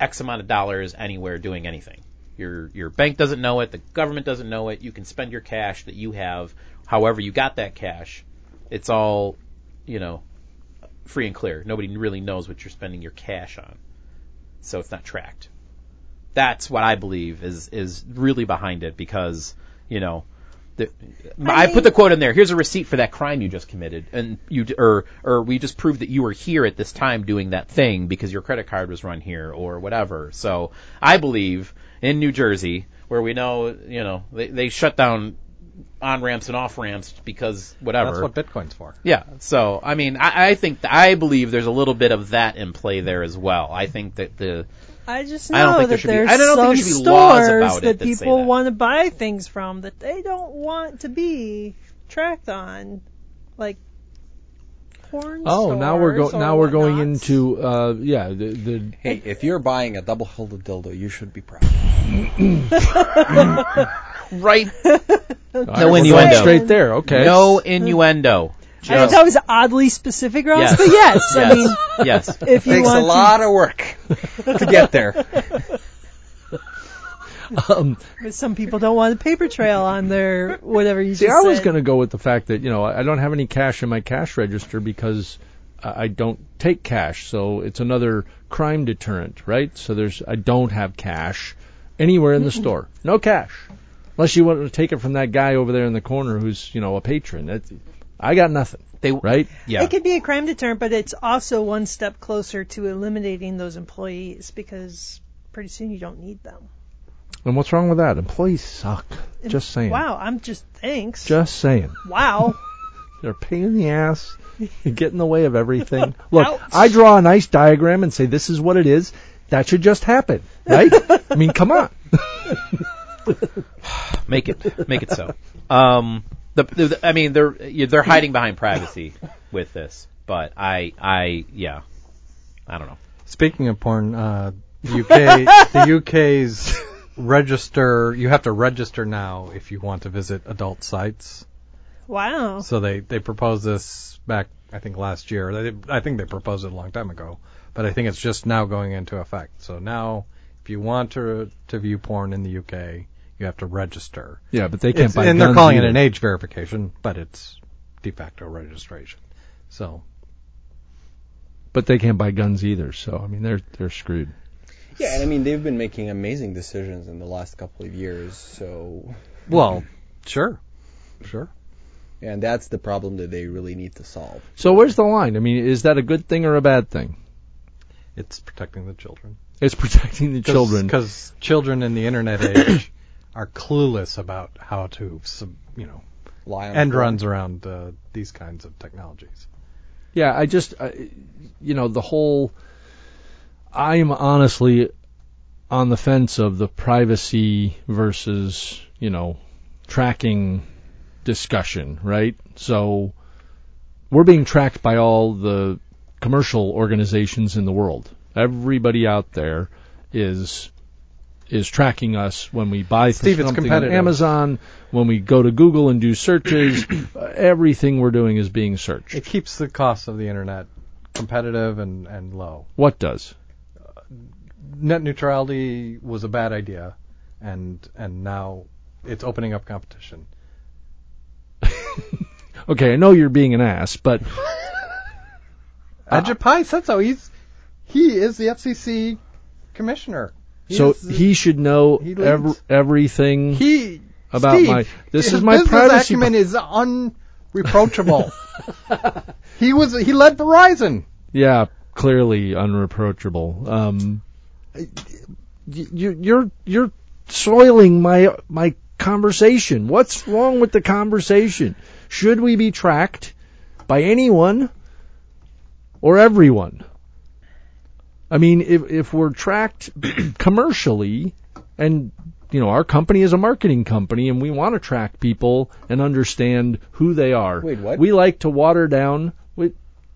S3: X amount of dollars anywhere doing anything. Your your bank doesn't know it, the government doesn't know it. You can spend your cash that you have, however you got that cash. It's all you know, free and clear. Nobody really knows what you're spending your cash on, so it's not tracked. That's what I believe is is really behind it because you know, the, I,
S4: mean-
S3: put the quote in there. Here's a receipt for that crime you just committed, and you d- or or we just proved that you were here at this time doing that thing because your credit card was run here or whatever. So I believe in New Jersey, where we know you know they, they shut down on ramps and off ramps because whatever.
S2: That's what Bitcoin's for.
S3: Yeah. So I mean, I, I think I believe there's a little bit of that in play there as well. I think that the
S4: I just know
S3: I don't think
S4: that
S3: there should be-
S4: there's
S3: I don't
S4: some
S3: think there should be laws about
S4: stores
S3: it
S4: that
S3: that say
S4: people
S3: that.
S4: want to buy things from that they don't want to be tracked on, like porn
S1: Oh, now we're
S4: stores
S1: go-
S4: or
S1: now we're going
S4: whatnot.
S1: into uh yeah the, the
S5: Hey, if you're buying a double-handled dildo, you should be proud.
S3: right
S1: All right, we're going
S3: innuendo.
S1: straight there okay
S3: no innuendo.
S4: I thought that was oddly specific, Ross,
S3: Yes.
S4: but yes, I mean,
S3: yes. yes.
S4: if you
S5: Takes a
S4: want
S5: lot of work to get there.
S4: to, but some people don't want a paper trail on their whatever you
S1: See,
S4: just
S1: I was
S4: said.
S1: going to go with the fact that you know I I don't have any cash in my cash register because I I don't take cash, so it's another crime deterrent, right? So there's I don't have cash anywhere in the store, no cash, unless you want to take it from that guy over there in the corner who's you know a patron. That, I got nothing,
S3: They
S1: right?
S3: Yeah.
S4: It could be a crime deterrent, but it's also one step closer to eliminating those employees because pretty soon you don't need them.
S1: And what's wrong with that? Employees suck. Just saying.
S4: Wow, I'm just thanks.
S1: Just saying.
S4: wow.
S1: They're a pain in the ass. They get in the way of everything. Look,
S4: Ouch.
S1: I draw a nice diagram and say this is what it is. That should just happen, right? I mean, come on.
S3: make it make it so. Um, the, the, the- I mean they're yeah, they're hiding behind privacy with this, but I I yeah, I don't know.
S2: Speaking of porn, uh, the UK, the UK's register. You have to register now if you want to visit adult sites.
S4: Wow.
S2: So they they proposed this back, I think, last year. They, I think they proposed it a long time ago, but I think it's just now going into effect. So now, if you want to to view porn in the UK, you have to register.
S1: Yeah, but they
S2: It's- and they're calling it an age verification, but it's de facto registration. So
S1: But they can't buy guns either. So I mean, they're they're screwed.
S5: Yeah, and I mean they've been making amazing decisions in the last couple of years. So,
S2: well, sure, sure.
S5: and that's the problem that they really need to solve.
S1: So where's the line? I mean, is that a good thing or a bad thing?
S2: It's protecting the children.
S1: It's protecting the children.
S2: because children in the internet age are clueless about how to sub, you know
S5: Lie on
S2: end
S5: the-
S2: runs around uh, these kinds of technologies
S1: Yeah, I just, I, you know, the whole. I'm honestly on the fence of the privacy versus, you know, tracking discussion, right? So we're being tracked by all the commercial organizations in the world. Everybody out there is is tracking us when we buy
S2: Steve, it's
S1: something on
S2: competitive.
S1: Amazon, when we go to Google and do searches, everything we're doing is being searched.
S2: it keeps the cost of the internet competitive and, and low
S1: What does?
S2: net neutrality was a bad idea and and now it's opening up competition
S1: Okay, I know you're being an ass, but
S2: Ajit Pai said so. He's he is the FCC commissioner. He
S1: so
S2: is the-
S1: he should know
S2: he leads.
S1: ev- everything.
S2: he
S1: about
S2: Steve,
S1: my- this
S2: his
S1: is my
S2: business
S1: privacy
S2: acumen is unreproachable. he was he led Verizon.
S1: yeah, clearly unreproachable. Um, y- you, you're you're soiling my my conversation. What's wrong with the conversation? Should we be tracked by anyone or everyone? I mean, if if we're tracked commercially, and you know, our company is a marketing company, and we want to track people and understand who they are.
S5: Wait, what?
S1: We like to water down. We,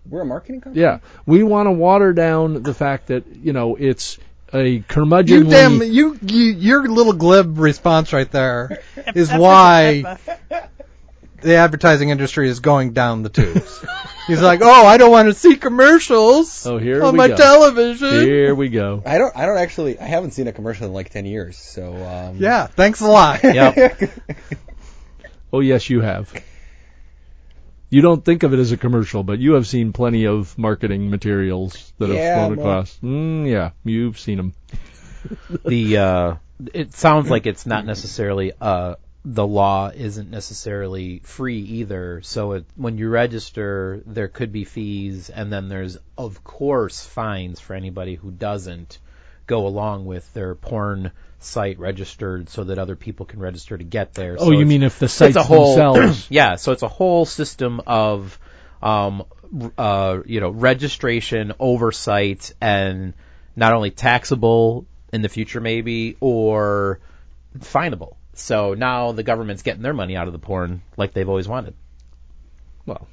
S5: We're a marketing company.
S1: yeah, we want to water down the fact that you know it's a
S2: You
S1: curmudgeonly.
S2: damn you, you your little glib response right there is why the advertising industry is going down the tubes. He's like, oh, I don't want to see commercials
S1: Oh, here
S2: on
S1: we
S2: my
S1: go.
S2: television.
S1: Here we go.
S5: I don't. I don't actually. I haven't seen a commercial in like ten years. So. Um,
S2: Yeah, thanks a lot.
S1: Oh yes, you have. You don't think of it as a commercial, but you have seen plenty of marketing materials that
S5: Yeah,
S1: have flown
S5: but-
S1: across. Mm, yeah, you've seen them.
S3: the uh, it sounds like it's not necessarily uh, the law isn't necessarily free either. So it, when you register, there could be fees, and then there's of course fines for anybody who doesn't go along with their porn site registered, so that other people can register to get there.
S1: Oh,
S3: So
S1: you
S3: it's-
S1: mean if the sites
S3: it's a whole,
S1: themselves?
S3: yeah, so it's a whole system of, um, r- uh, you know, registration, oversight, and not only taxable in the future maybe or finable. So now the government's getting their money out of the porn like they've always wanted.
S1: Well,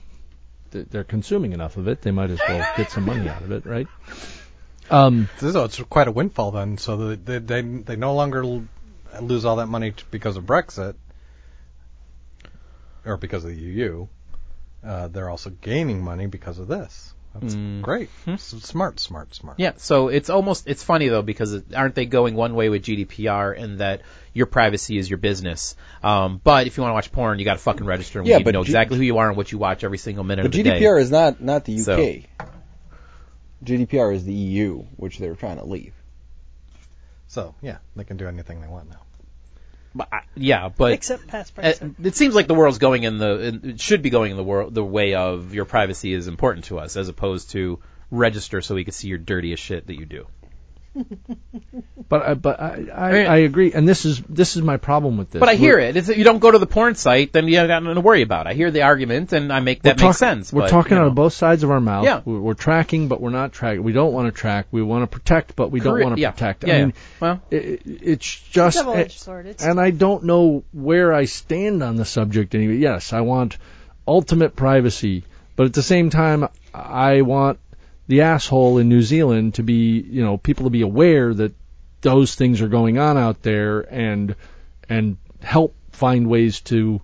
S1: th- they're consuming enough of it; they might as well get some money out of it, right? Um,
S2: So it's quite a windfall then. So they they they, they no longer l- lose all that money t- because of Brexit or because of the EU. Uh, they're also gaining money because of this. That's great. S- smart, smart, smart.
S3: Hmm. Yeah, so it's almost it's funny though because it- aren't they going one way with GDPR in that your privacy is your business, um, but if you want to watch porn, you got to fucking register and we
S5: Yeah,
S3: need to
S5: but
S3: know
S5: G-
S3: exactly who you are and what you watch every single minute
S5: But
S3: of the day.
S5: GDPR is not not the UK.
S3: So-
S5: GDPR is the EU, which they're trying to leave.
S2: So yeah, they can do anything they want now.
S3: But I- yeah, but
S4: Except past
S3: Uh,
S4: Brexit.
S3: it seems like the world's going in the in- it should be going in the world the way of your privacy is important to us as opposed to register so we can see your dirtiest shit that you do.
S1: but I, but I, I,
S3: mean-
S1: I agree, and this is this is my problem with this.
S3: But I
S1: We're-
S3: hear it. It's, that you don't go to the porn site, then you got nothing to worry about. I hear the argument, and I make that
S1: we're
S3: makes
S1: talk-
S3: sense.
S1: We're
S3: but,
S1: talking
S3: you
S1: out
S3: know.
S1: of both sides of our mouth.
S3: Yeah.
S1: We're, we're tracking, but we're not tracking. We don't want to track. We want to protect, but we don't
S3: Correct.
S1: want to
S3: Yeah.
S1: protect.
S3: Yeah,
S1: I
S3: yeah.
S1: mean,
S3: Well-
S1: i- i- it's just.
S4: Double-edged sword. It's-
S1: and I don't know where I stand on the subject anyway. Yes, I want ultimate privacy, but at the same time, I want the asshole in New Zealand to be, you know, people to be aware that those things are going on out there and and help find ways to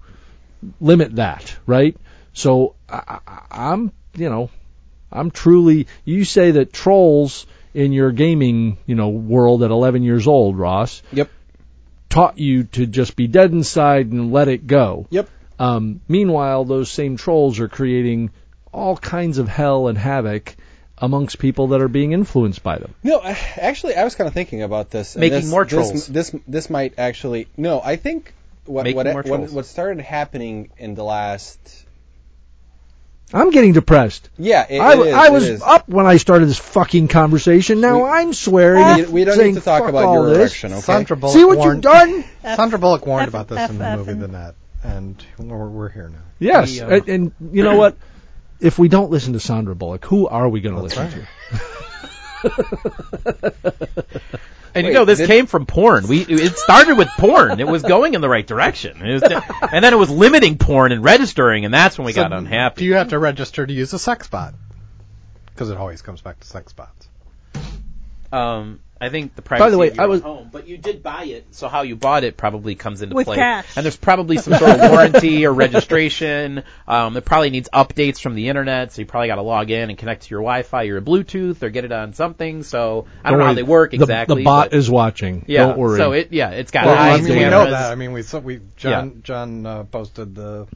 S1: limit that, right? So I, I, I'm, you know, I'm truly. You say that trolls in your gaming, you know, world at 11 years old, Ross.
S5: Yep.
S1: Taught you to just be dead inside and let it go.
S5: Yep.
S1: Um, meanwhile, those same trolls are creating all kinds of hell and havoc amongst people that are being influenced by them.
S5: No, I- actually, I was kind of thinking about this. and
S3: Making
S5: this,
S3: more
S5: this-
S3: trolls.
S5: This, this might actually no. I think what
S3: Making
S5: what,
S3: more
S5: what
S3: trolls.
S5: what started happening in the last
S1: I'm getting depressed.
S5: yeah. It,
S1: I,
S5: it is,
S1: I
S5: it
S1: was
S5: is.
S1: up when I started this fucking conversation. Now
S5: We-
S1: I'm swearing.
S5: We,
S1: and
S5: we don't
S1: saying
S5: need to talk
S1: fuck
S5: about
S1: all
S5: your
S1: this.
S5: erection, okay?
S2: Sandra Bullock
S1: See what
S2: warned,
S1: you've done?
S2: Sandra Bullock warned about this in the
S4: F-
S2: movie
S4: F-
S2: The Net, and we're, we're here now.
S1: Yes,
S3: The, uh,
S1: and, and you know what? If we don't listen to Sandra Bullock, who are we going to listen to?
S3: And
S5: Wait,
S3: you know, this
S5: did-
S3: came from porn. We it started with porn. It was going in the right direction, It was- and then it was limiting porn and registering, and that's when we
S2: So
S3: got unhappy.
S2: Do you have to register to use a sex bot? Because it always comes back to sex bots.
S3: um, I think the privacy
S1: By the way,
S3: of your
S1: I was-
S3: home, but you did buy it, so how you bought it probably comes into
S4: With
S3: play.
S4: cash.
S3: And there's probably some sort of warranty or registration. Um, it probably needs updates from the internet, so you probably got to log in and connect to your Wi-Fi, your Bluetooth, or get it on something. So I don't, know how
S1: worry,
S3: they work
S1: the-
S3: exactly.
S1: The bot
S3: but-
S1: is watching.
S3: yeah,
S1: Don't worry.
S3: So it yeah, it's got
S1: Well,
S2: I
S3: eyes,
S2: mean, we
S1: Isaac
S2: know
S3: cameras.
S2: that. I mean, we so we John John uh, posted the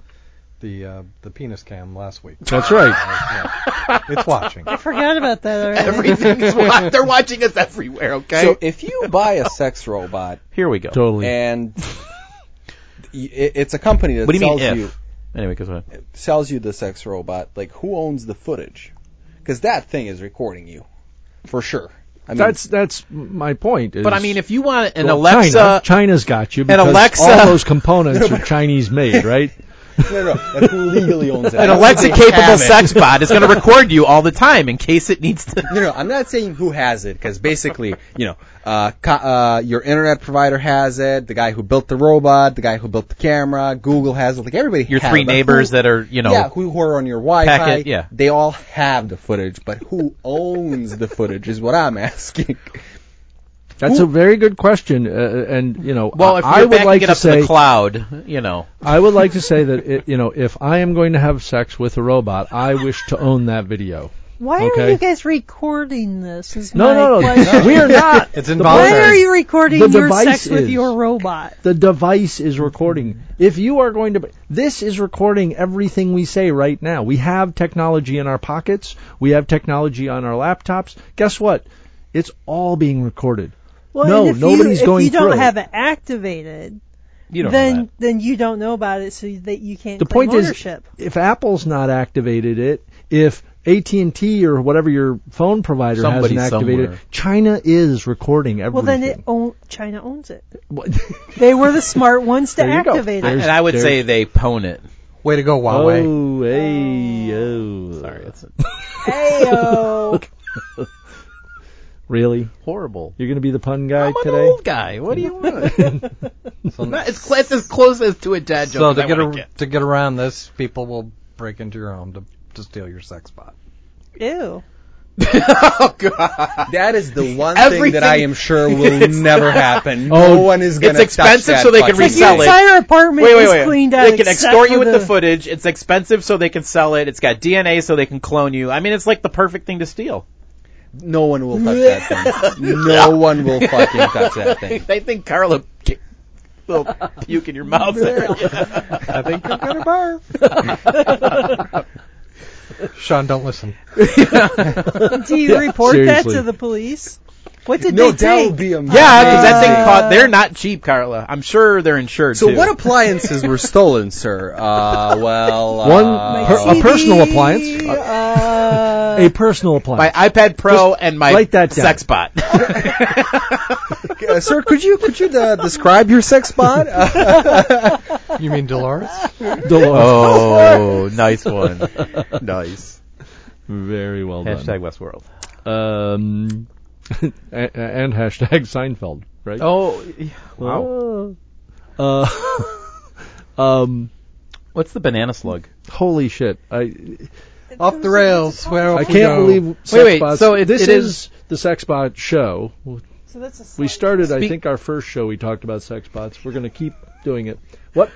S2: the uh, the penis cam last week.
S1: That's right.
S2: Yeah. it's watching.
S4: I forgot about that already.
S6: Everything's wa- they're watching us everywhere. Okay.
S5: So if you buy a sex robot
S3: Here we go.
S1: totally.
S5: and y- it- it's a company that
S3: What do you mean
S5: sells
S3: if?
S5: you
S3: Anyway, because what?
S5: sells you the sex robot, like who owns the footage? Because that thing is recording you, for sure. I mean,
S1: that's that's my point. Is
S6: but I mean, if you want an
S1: well,
S6: Alexa,
S1: China, China's got you. Because
S6: Alexa-
S1: all those components are Chinese made, right?
S5: no, no, that's who legally owns it.
S6: an
S5: I don't
S6: Alexa
S5: think-
S6: capable sex bot is going to record you all the time in case it needs to.
S5: No, no, I'm not saying who has it because basically, you know, uh, co- uh, your internet provider has it, the guy who built the robot, the guy who built the camera, Google has it, like everybody.
S6: Your
S5: has
S6: three
S5: it, but
S6: neighbors
S5: who-
S6: that are, you know,
S5: yeah, who, who are on your Wi-Fi,
S6: Packet, yeah.
S5: they all have the footage, but who owns the footage is what I'm asking.
S1: That's a very good question, uh, and you know,
S6: well,
S1: I,
S6: if
S1: I
S6: you're
S1: would
S6: backing
S1: like
S6: it
S1: to
S6: up to
S1: say,
S6: the cloud, you know,
S1: I would like to say that it, you know, if I am going to have sex with a robot, I wish to own that video.
S4: Why are
S1: Okay.
S4: you guys recording this? Is
S1: No,
S4: my
S1: no,
S4: question.
S1: no, we are not.
S2: It's
S4: Why are
S2: involuntary.
S4: you recording
S1: The
S4: your
S1: device
S4: sex with
S1: is.
S4: your robot?
S1: The device is recording. If you are going to, this is recording everything we say right now. We have technology in our pockets. We have technology on our laptops. Guess what? It's all being recorded.
S4: Well,
S1: No,
S4: and if
S1: nobody's
S4: you,
S1: going
S4: if you don't
S1: through.
S4: have it activated,
S3: You don't
S4: then
S3: know that.
S4: then you don't know about it, so that you can't
S1: The
S4: claim
S1: point is-
S4: ownership.
S1: If Apple's not activated it, if AT&T or whatever your phone provider
S3: Somebody
S1: hasn't activated, it,
S3: somewhere.
S1: China is recording everything.
S4: well, then it own, China owns it.
S1: What-
S4: They were the smart ones to
S1: There you go.
S4: activate
S1: There's-
S4: it.
S6: and I would
S1: there-
S6: say they pwn it.
S2: Way to go, Huawei.
S1: Oh, hey, oh.
S3: Sorry, it's
S4: Ayo.
S1: Really?
S3: horrible.
S1: You're going to be the pun guy
S6: I'm an
S1: today?
S6: old guy. What do you want?
S2: So,
S6: it's, cl- it's as close as to a dad joke.
S2: so
S6: as
S2: to
S6: I
S2: get,
S6: wanna
S2: a, to get around this, people will break into your home to to steal your sex bot.
S4: Ew.
S6: oh god,
S5: That is the one thing
S6: Everything-
S5: that I am sure will never happen.
S1: Oh,
S5: no one is going to
S6: expensive, so they can
S4: Like
S6: Resell
S4: your
S6: it.
S4: entire apartment
S6: wait, wait,
S4: is
S6: wait.
S4: cleaned out.
S6: They can
S4: except
S6: extort you
S4: for
S6: with the... footage. It's expensive, so they can sell it. It's got DNA, so they can clone you. I mean, it's like the perfect thing to steal.
S5: No one will touch that thing. No one will fucking touch that thing.
S6: I think Carla kicked a little puke in your mouth. there.
S2: I think you're gonna barf. Sean, don't listen.
S4: Do you report
S1: seriously.
S4: that to the police? What did
S5: No,
S4: they
S5: that
S4: take?
S5: would be amazing.
S6: Yeah, because that thing caught. They're not cheap, Carla. I'm sure they're insured.
S5: So
S6: too.
S5: what appliances were stolen, sir? Uh, well, uh,
S1: One
S4: My
S1: per- a
S4: CD,
S1: personal appliance.
S4: uh,
S1: A personal
S6: my
S1: appliance.
S6: iPad Pro and my
S1: write that down.
S6: sex bot.
S5: uh, sir, could you could you uh, describe your sex bot? Uh,
S2: You mean Dolores?
S1: Dolores.
S3: Oh, nice one. nice.
S1: Very well
S3: Hashtag Westworld.
S1: done. Um, and, and hashtag Seinfeld, right?
S3: Oh, yeah. wow.
S1: Uh, um,
S3: What's the banana slug?
S1: holy shit. I
S2: Off the rails. Swear off
S1: I
S2: we
S1: can't
S2: go.
S1: believe sex
S3: wait,
S1: bots-
S3: so it-
S1: this
S3: it
S1: is,
S3: is-
S1: the Sexbot show.
S4: so that's a
S1: We
S4: slight-
S1: started, I
S3: Speak-
S1: think, our first show. We talked about sex bots. We're going to keep doing it. What?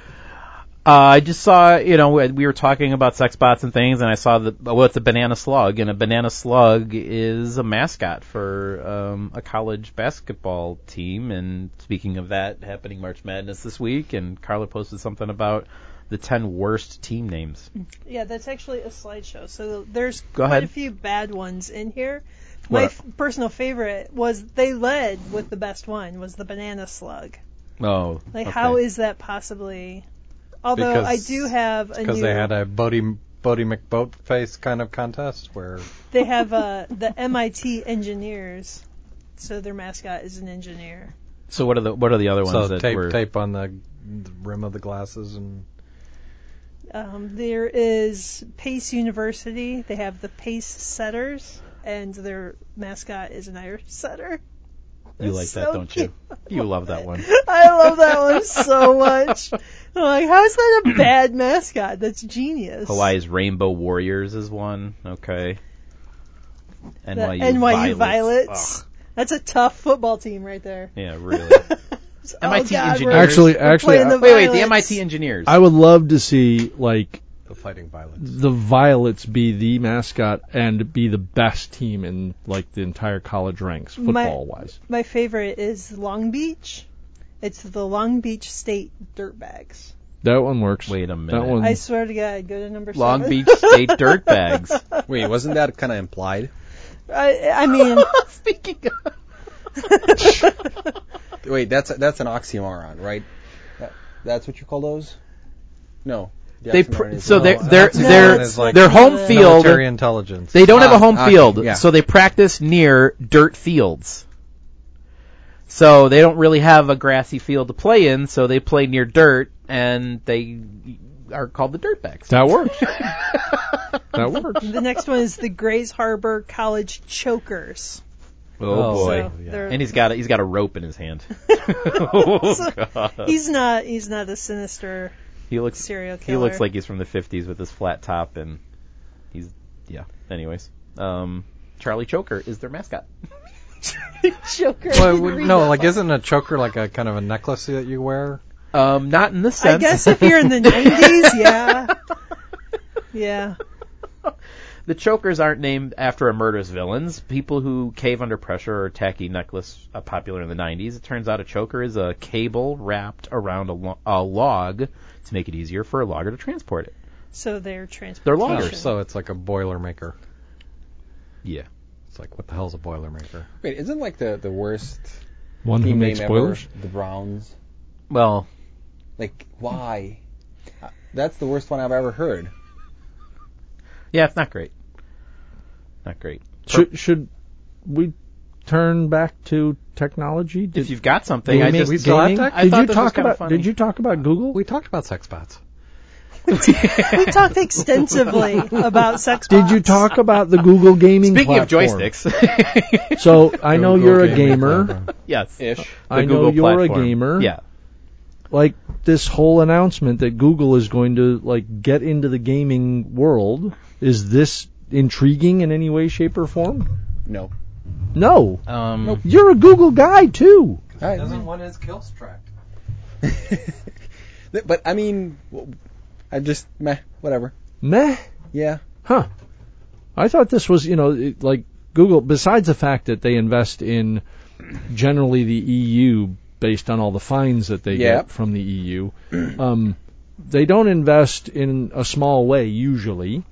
S3: Uh, I just saw, you know, we we were talking about sex bots and things, and I saw the well, it's a banana slug, and a banana slug is a mascot for um, a college basketball team. And speaking of that, happening March Madness this week, and Carla posted something about the ten worst team names.
S4: Yeah, that's actually a slideshow. So there's
S3: Go
S4: quite
S3: ahead.
S4: a few bad ones in here.
S3: What?
S4: My f- personal favorite was they led with the best one was the banana slug.
S3: Oh,
S4: Like
S3: okay.
S4: how is that possibly? Although I
S2: Because-
S4: do have a
S2: because
S4: new,
S2: they had a Bodie Bodie McBoatface kind of contest where
S4: they have uh, the MIT engineers. So their mascot is an engineer.
S3: so? What are the what are the other ones
S2: so
S3: that
S2: tape
S3: were?
S2: tape on the, the rim of the glasses and
S4: Um, there is Pace University. They have the Pace Setters, and their mascot is an Irish setter.
S3: You like that,
S4: so
S3: don't you? You love that one.
S4: I love that one so much. I'm like, how is that a bad mascot? That's genius.
S3: Hawaii's Rainbow Warriors is one. Okay.
S4: The
S3: NYU,
S4: NYU
S3: Violets.
S4: Violets.
S3: Ugh.
S4: That's a tough football team right there.
S3: Yeah, really.
S4: Oh,
S3: MIT
S4: God, we're-
S3: engineers.
S1: Actually,
S4: we're
S1: actually,
S4: playing
S1: I,
S4: the
S3: Wait, wait, the
S4: Violets.
S3: MIT engineers.
S1: I would love to see like
S2: the fighting violence.
S1: the Violets be the mascot and be the best team in like the entire college ranks,
S4: My-
S1: football wise.
S4: My favorite is Long Beach. It's the Long Beach State Dirtbags.
S1: That one works.
S3: Wait a
S1: That
S3: minute.
S1: one.
S4: I swear to God, go to number
S3: Long
S4: seven.
S3: Beach State Dirtbags.
S5: Wait, wasn't that kind of implied?
S4: I, I mean,
S3: Speaking of.
S5: Wait, that's that's an oxymoron, right? That, that's what you call those? No. The
S3: They
S5: oxymoron
S3: pr-
S5: is-
S3: so
S5: no,
S3: they're
S2: that's
S3: they're
S2: the
S3: they're
S2: one is like
S3: their home
S4: military
S3: field.
S2: Military Uh, intelligence.
S3: They don't have a
S5: Ah,
S3: home
S5: ah,
S3: field,
S5: yeah.
S3: so they practice near dirt fields. So they don't really have a grassy field to play in, so they play near dirt, and they are called the dirtbags.
S1: that works. that works.
S4: the next one is the Grays Harbor College Chokers.
S3: Oh,
S4: So
S3: boy!
S4: they're-
S3: And he's got a, he's got a rope in his hand.
S4: So,
S3: oh, God.
S4: he's not. He's not a sinister
S3: He looks
S4: serial
S3: he
S4: killer.
S3: looks like he's from the 50s with his flat top, and he's yeah. Anyways, um, Charlie Choker is their mascot.
S4: Joker.
S2: Well, I would- no, like isn't a choker like a kind of a necklace that you wear?
S3: Um, not in this sense.
S4: I guess if you're in the 90s, yeah. Yeah.
S3: The chokers aren't named after a murderous villains. People who cave under pressure or tacky necklace uh, popular in the 90s. It turns out a choker is a cable wrapped around a, lo- a log to make it easier for a logger to transport it.
S4: So they're trans.
S3: They're
S2: Oh,
S3: loggers.
S2: So it's like a boilermaker.
S3: Yeah.
S2: It's like what the hell's a boilermaker?
S5: Wait, isn't like the the worst
S1: One who
S5: team name
S1: makes spoilers.
S5: ever the Browns?
S3: Well,
S5: Like why? Uh, That's the worst one I've ever heard.
S3: yeah, it's not great. Not great.
S1: Should, should we turn back to technology? Did,
S3: If you've got something,
S1: you
S3: I
S1: mean
S3: just
S2: we still have
S1: gaming?
S2: tech?
S3: I
S1: Did
S3: thought
S1: you
S3: this was
S1: talk
S3: kinda
S1: about?
S3: funny.
S1: Did you talk about Google?
S2: We talked about sex bots.
S4: We talked extensively about sex
S1: Did you
S4: bots.
S1: talk about the Google gaming?
S3: Speaking of
S1: platform?
S3: joysticks,
S1: So I know
S2: Google
S1: you're a
S2: gaming
S1: gamer.
S2: platform.
S3: yes, the
S5: Ish.
S1: I know
S3: Google
S1: you're
S3: platform.
S1: a gamer.
S3: Yeah,
S1: Like this whole announcement that Google is going to like get into the gaming world. Is this intriguing in any way, shape, or form?
S5: No.
S1: No.
S3: um,
S1: You're a Google guy too.
S5: All right.
S2: Doesn't want his kills tracked.
S5: Th- But I mean, w- I just meh, whatever.
S1: Meh.
S5: Yeah.
S1: Huh. I thought this was, you know, it- like Google, besides the fact that they invest in generally the EU based on all the fines that they
S5: Yep.
S1: get from the EU, um, they don't invest in a small way usually.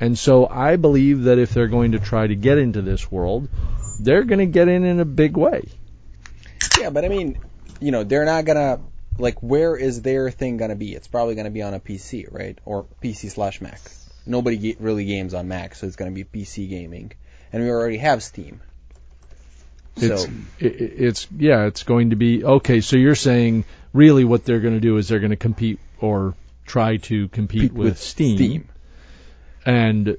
S1: And so I believe that if they're going to try to get into this world, they're going to get in in a big way.
S5: Yeah, but I mean, you know, they're not gonna like. Where is their thing gonna be? It's probably gonna be on a PC, right? Or PC slash Mac. Nobody ge- really games on Mac, so it's gonna be PC gaming. And we already have Steam.
S1: It's,
S5: So
S1: i i- it's yeah, it's going to be okay. So you're saying really what they're going to do is they're going to compete or try to compete with,
S5: Steam.
S1: and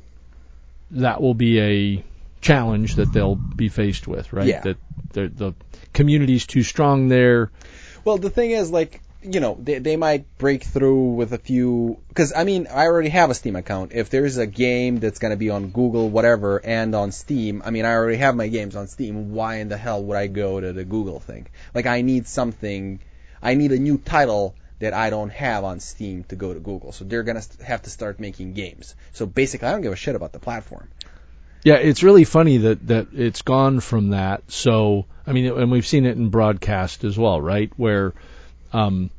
S1: that will be a challenge that they'll be faced with, right?
S5: Yeah.
S1: That the the community's too strong there.
S5: Well, the thing is, like, you know, they, they might break through with a few. Because, I mean, I already have a Steam account. If there's a game that's going to be on Google, whatever, and on Steam, I mean, I already have my games on Steam. Why in the hell would I go to the Google thing? Like, I need something. I need a new title that I don't have on Steam to go to Google. So they're going to have to start making games. So basically, I don't give a shit about the platform.
S1: Yeah, it's really funny that that it's gone from that. So I mean, and we've seen it in broadcast as well, right? Where um,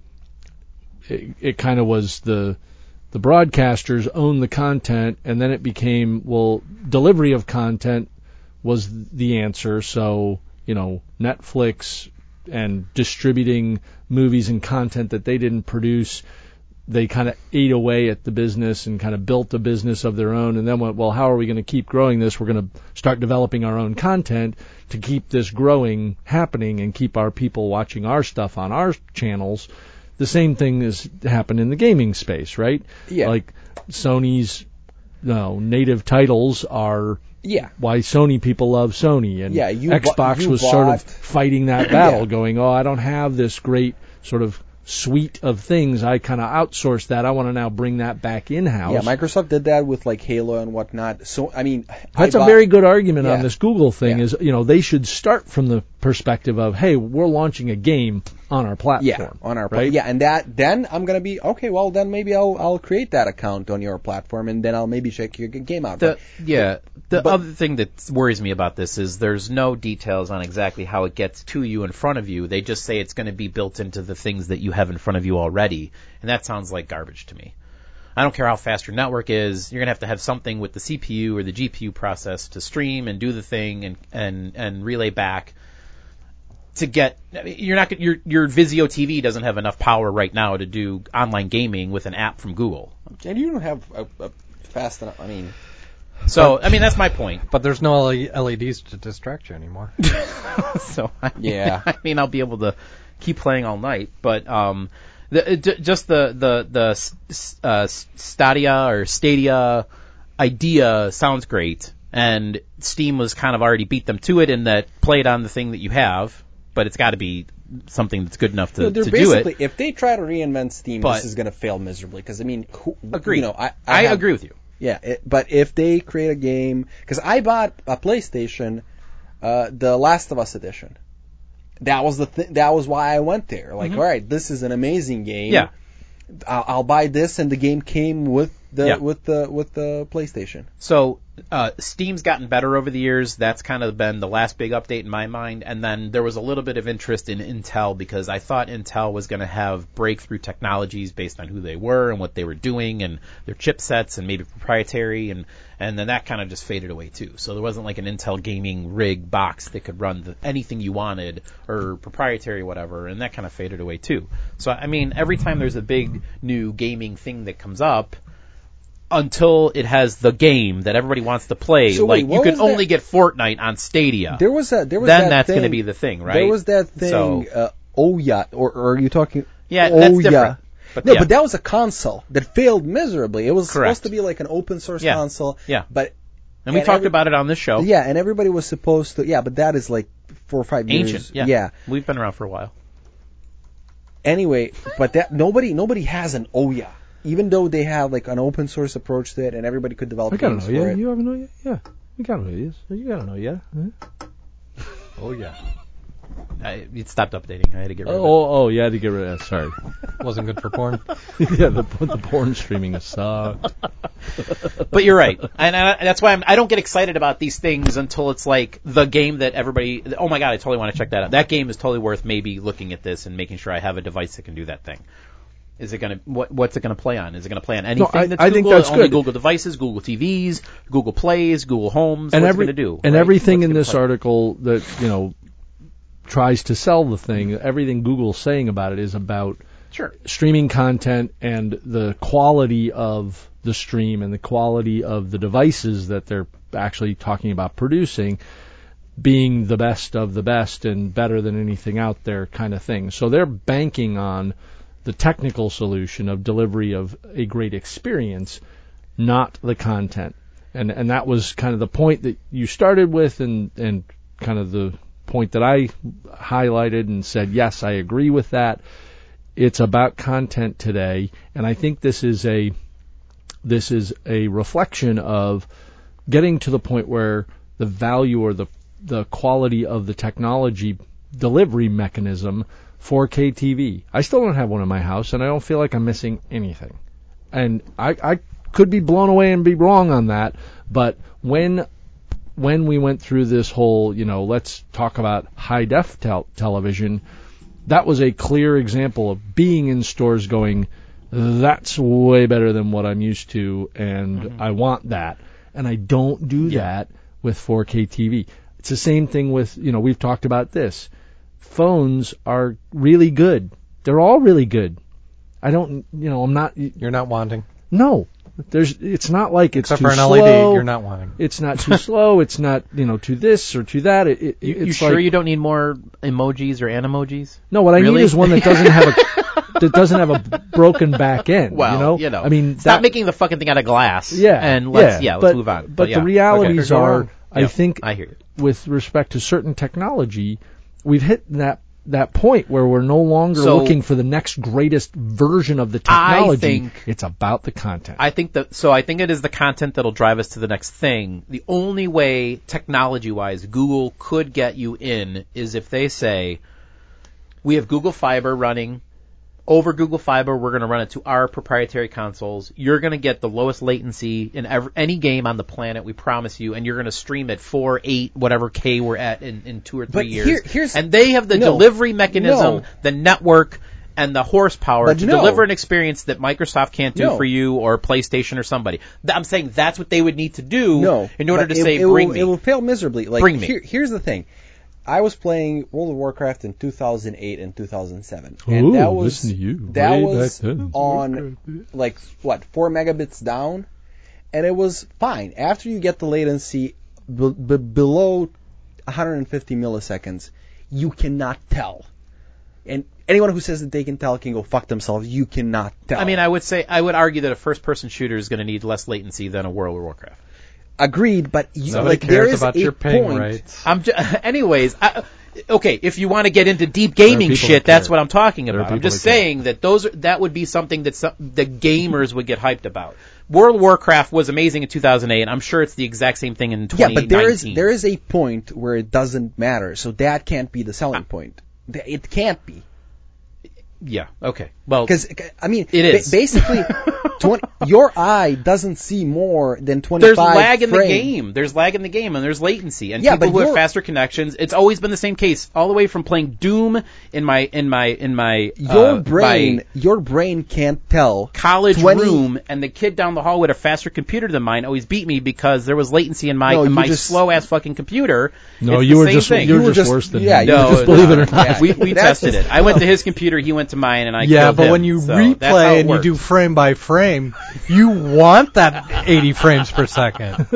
S1: it, it kind of was the the broadcasters own the content, and then it became well, delivery of content was the answer. So you know, Netflix and distributing movies and content that they didn't produce. They kind of ate away at the business and kind of built a business of their own, and then went, well, how are we going to keep growing this? We're going to start developing our own content to keep this growing happening and keep our people watching our stuff on our channels. The same thing has happened in the gaming space, right?
S5: Yeah.
S1: Like Sony's you know, native titles are
S5: Yeah.
S1: why Sony people love Sony and
S5: Yeah, you bu-
S1: Xbox
S5: you
S1: was sort of
S5: bought-
S1: fighting that battle going, "Oh, I don't have this great sort of suite of things. I kind of outsourced that. I want to now bring that back in-house."
S5: Yeah, Microsoft did that with, like, Halo and whatnot. So, I mean. I
S1: That's a
S5: bought-
S1: very good argument on
S5: Yeah.
S1: this Google thing
S5: Yeah.
S1: is, you know, they should start from the perspective of, "Hey, we're launching a game on our
S5: Yeah,
S1: platform."
S5: on our
S1: right?
S5: platform. Yeah, and that then I'm gonna be okay. Well, then maybe I'll I'll create that account on your platform, and then I'll maybe check your g- game out.
S3: The, yeah. The
S5: but-
S3: other thing that worries me about this is there's no details on exactly how it gets to you in front of you. They just say it's going to be built into the things that you have in front of you already, and that sounds like garbage to me. I don't care how fast your network is, you're gonna have to have something with the CPU or the GPU process to stream and do the thing and and and relay back to get I mean, you're not gonna- your your Vizio TV doesn't have enough power right now to do online gaming with an app from Google.
S5: And you don't have a, a fast enough. I mean,
S3: So I mean that's my point.
S2: But there's no E, LEDs to distract you anymore.
S3: so I mean,
S5: Yeah.
S3: I mean I'll be able to keep playing all night, but um, the, it ju- just the the the s- s- uh, s- Stadia or Stadia idea sounds great, and Steam was kind of already beat them to it in that play it on the thing that you have, but it's got to be something that's good enough to,
S5: they're
S3: to do
S5: basically
S3: it.
S5: if they try to reinvent Steam,
S3: But-
S5: this is going to fail miserably. Because I mean, who,
S3: Agree.
S5: You know, I
S3: I,
S5: have-
S3: agree with you.
S5: Yeah, it, but if they create a game, because I bought a PlayStation, uh, the Last of Us edition. That was the th- that was why I went there. Like, all right, this is an amazing game.
S3: Mm-hmm. Yeah.
S5: I'll, I'll buy this, and the game came with the
S3: Yeah.
S5: with the with the PlayStation.
S3: So uh, Steam's gotten better over the years. That's kind of been the last big update in my mind. And then there was a little bit of interest in Intel because I thought Intel was going to have breakthrough technologies based on who they were and what they were doing and their chipsets and maybe proprietary and and then that kind of just faded away too. So there wasn't like an Intel gaming rig box that could run the, anything you wanted or proprietary whatever, and that kind of faded away too. So I mean, every time there's a big new gaming thing that comes up until it has the game that everybody wants to play.
S5: So
S3: like
S5: wait, what
S3: you can
S5: was
S3: only
S5: that-
S3: get Fortnite on Stadia.
S5: There was a there was
S3: then
S5: that
S3: that's
S5: thing-
S3: gonna be the thing, right?
S5: There was that thing.
S3: So-
S5: uh, oh yeah, or, or are you talking?
S3: Yeah,
S5: oh,
S3: that's different. But
S5: no,
S3: yeah.
S5: but that was a console that failed miserably. It was
S3: Correct.
S5: supposed to be like an open source
S3: Yeah.
S5: console.
S3: Yeah.
S5: but
S3: and we
S5: and
S3: talked
S5: every-
S3: about it on this show.
S5: Yeah, and everybody was supposed to. Yeah, but that is like four or five years.
S3: Ancient. Yeah. We've been around for a while.
S5: Anyway, but that nobody nobody has an Oya, even though they have like an open source approach to it, and everybody could develop
S1: I gotta
S5: games
S1: know.
S5: for
S1: Yeah,
S5: it.
S1: you haven't know yet. Yeah, you gotta know. Yes, you gotta know. Yeah. Huh?
S2: oh yeah,
S3: I, it stopped updating. I had to get rid of it.
S1: Oh, oh, yeah, to get rid of that. Sorry.
S2: wasn't good for porn.
S1: yeah, the the porn streaming sucked.
S3: but you're right, and I, that's why I'm, I don't get excited about these things until it's like the game that everybody. Oh my god, I totally want to check that out. That game is totally worth maybe looking at this and making sure I have a device that can do that thing. Is it gonna what What's it gonna play on? Is it gonna play on anything
S1: I-
S3: that's
S1: I think
S3: Google?
S1: that's
S3: only
S1: good.
S3: Google devices, Google TVs, Google Plays, Google Homes.
S1: and
S3: what's
S1: every,
S3: it gonna do?
S1: And
S3: right?
S1: everything
S3: What's it
S1: in
S3: gonna
S1: this
S3: play?
S1: article that, you know, tries to sell the thing, everything Google's saying about it is about
S3: Sure.
S1: streaming content and the quality of the stream and the quality of the devices that they're actually talking about producing being the best of the best and better than anything out there kind of thing. So they're banking on the technical solution of delivery of a great experience, not the content. And and that was kind of the point that you started with and and kind of the point that I highlighted and said, "Yes, I agree with that." It's about content today, and I think this is a this is a reflection of getting to the point where the value or the the quality of the technology delivery mechanism 4K TV. I still don't have one in my house and I don't feel like I'm missing anything. And I I could be blown away and be wrong on that, but when when we went through this whole, you know, let's talk about high def tel- television, that was a clear example of being in stores going, that's way better than what I'm used to, and I want that. And I don't do that with 4K TV. It's the same thing with, you know, we've talked about this. Phones are really good. They're all really good. I don't, you know, I'm not,
S2: You're not wanting,
S1: no. There's, it's not like it's
S2: except
S1: too
S2: for an
S1: slow.
S2: LED. You're not wanting.
S1: It's not too slow. It's not, you know, to this or to that. It, it,
S3: You,
S1: it's
S3: you sure
S1: like-
S3: you don't need more emojis or animojis?
S1: no, what I
S3: Really?
S1: need is one that doesn't have a that doesn't have a broken back end.
S3: Well,
S1: you know, I mean,
S3: stop
S1: that,
S3: making the fucking thing out of glass.
S1: yeah,
S3: and let's yeah, let's
S1: but,
S3: move on.
S1: But,
S3: yeah.
S1: the realities
S2: Okay.
S1: are,
S2: Yeah.
S1: I think,
S3: I hear you.
S1: with respect to certain technology, we've hit that that point where we're no longer
S3: So-
S1: looking for the next greatest version of the
S3: I
S1: technology.
S3: think-
S1: it's about the content.
S3: I think that so I think it is the content that'll drive us to the next thing. The only way technology wise Google could get you in is if they say we have Google Fiber running over Google Fiber, we're going to run it to our proprietary consoles. You're going to get the lowest latency in ever, any game on the planet, we promise you, and you're going to stream at 4, 8, whatever K we're at in, in two or three
S5: But
S3: years.
S5: here- here's-
S3: and they have the
S5: no.
S3: delivery mechanism,
S5: No.
S3: the network, and the horsepower
S5: But
S3: to
S5: no.
S3: deliver an experience that Microsoft can't do
S5: No.
S3: for you or PlayStation or somebody. Th- I'm saying that's what they would need to do
S5: No,
S3: in order
S5: but
S3: to
S5: it,
S3: say
S5: it
S3: bring
S5: will,
S3: me.
S5: It will fail miserably. Like
S3: Bring me.
S5: here- here's the thing. I was playing World of Warcraft in 2008 and 2007,
S1: Ooh,
S5: and that was
S1: listen to you.
S5: that
S1: Way
S5: was
S1: back then.
S5: on like what four megabits down, and it was fine. After you get the latency b- b- below 150 milliseconds, you cannot tell. And anyone who says that they can tell can go fuck themselves. You cannot tell.
S3: I mean, I would say I would argue that a first-person shooter is going to need less latency than a World of Warcraft.
S5: agreed, but you,
S2: Nobody
S5: like there
S2: cares
S5: is
S2: about
S5: a
S2: your ping
S5: point.
S2: rates.
S3: I'm ju- anyways. I, okay, if you want to get into deep gaming
S2: There are people
S3: shit,
S2: that care.
S3: that's what I'm talking
S2: There are
S3: about. I'm
S2: people
S3: just
S2: that care.
S3: saying that those are, that would be something that some, the gamers would get hyped about. World of Warcraft was amazing in 2008. and I'm sure it's the exact same thing in
S5: Yeah, but
S3: 2019.
S5: there is there is a point where it doesn't matter. So that can't be the selling
S3: Ah.
S5: point. Th- It can't be
S3: Yeah. Okay. Well,
S5: because I mean,
S3: It
S5: ba-
S3: is.
S5: basically 20, your eye doesn't see more than twenty
S3: there's
S5: five.
S3: lag in the game. There's lag in the game, and there's latency, and
S5: Yeah,
S3: people
S5: but
S3: who have
S5: you're-
S3: faster connections. It's always been the same case, all the way from playing Doom in my in my in my
S5: Your
S3: uh,
S5: brain,
S3: my
S5: your brain can't tell.
S3: college
S5: 20
S3: room, and the kid down the hall with a faster computer than mine always beat me because there was latency in my
S5: No,
S3: in
S5: you
S3: my
S5: just-
S3: slow ass fucking computer.
S1: No,
S3: It's
S1: you
S3: the
S1: were
S3: same
S1: just
S3: thing.
S1: you
S5: You
S1: were
S5: were
S1: just
S5: just-
S1: worse than
S5: yeah,
S1: him.
S5: you were
S3: No,
S5: just-
S1: believe it or not.
S5: yeah.
S3: we we
S5: That's
S3: tested
S5: just-
S3: it. I went to his computer, he went to mine, and I
S2: Yeah,
S3: killed
S2: but
S3: him.
S2: when you
S3: So that's how it
S2: replay and you
S3: works.
S2: do frame by frame, you want that 80 frames per second.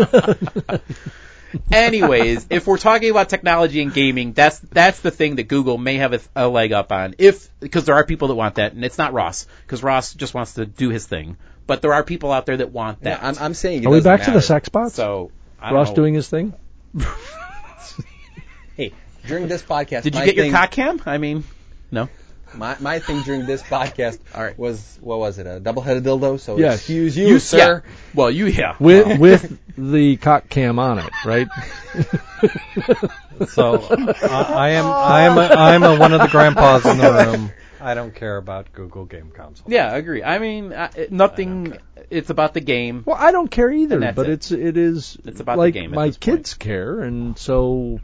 S3: Anyways, if we're talking about technology and gaming, that's that's the thing that Google may have a, a leg up on, if because there are people that want that, and it's not Ross because Ross just wants to do his thing, but there are people out there that want
S5: No,
S3: that.
S5: I'm, I'm saying. It
S1: Are we
S5: doesn't
S1: back to the
S5: matter.
S1: sex bots?
S3: so I don't
S1: Ross
S3: know.
S1: doing his thing.
S5: Hey, during this podcast,
S3: Did you
S5: my
S3: get
S5: thing-
S3: your cock cam? I mean, no.
S5: My, my thing during this podcast was what was it? A double-headed dildo. So
S1: Yes.
S5: excuse you, sir.
S3: Yeah. Well, you yeah.
S1: With with the cock cam on it, right?
S2: So uh, I am I am a, I'm a one of the grandpas in the room. I don't care about Google Game Console.
S3: Yeah, I agree. I mean, I, it- nothing. It's about the game.
S1: Well, I don't care either,
S3: And that's
S1: but
S3: it.
S1: it's it is
S3: It's about the
S1: like
S3: game at
S1: my
S3: this point.
S1: kids care, and so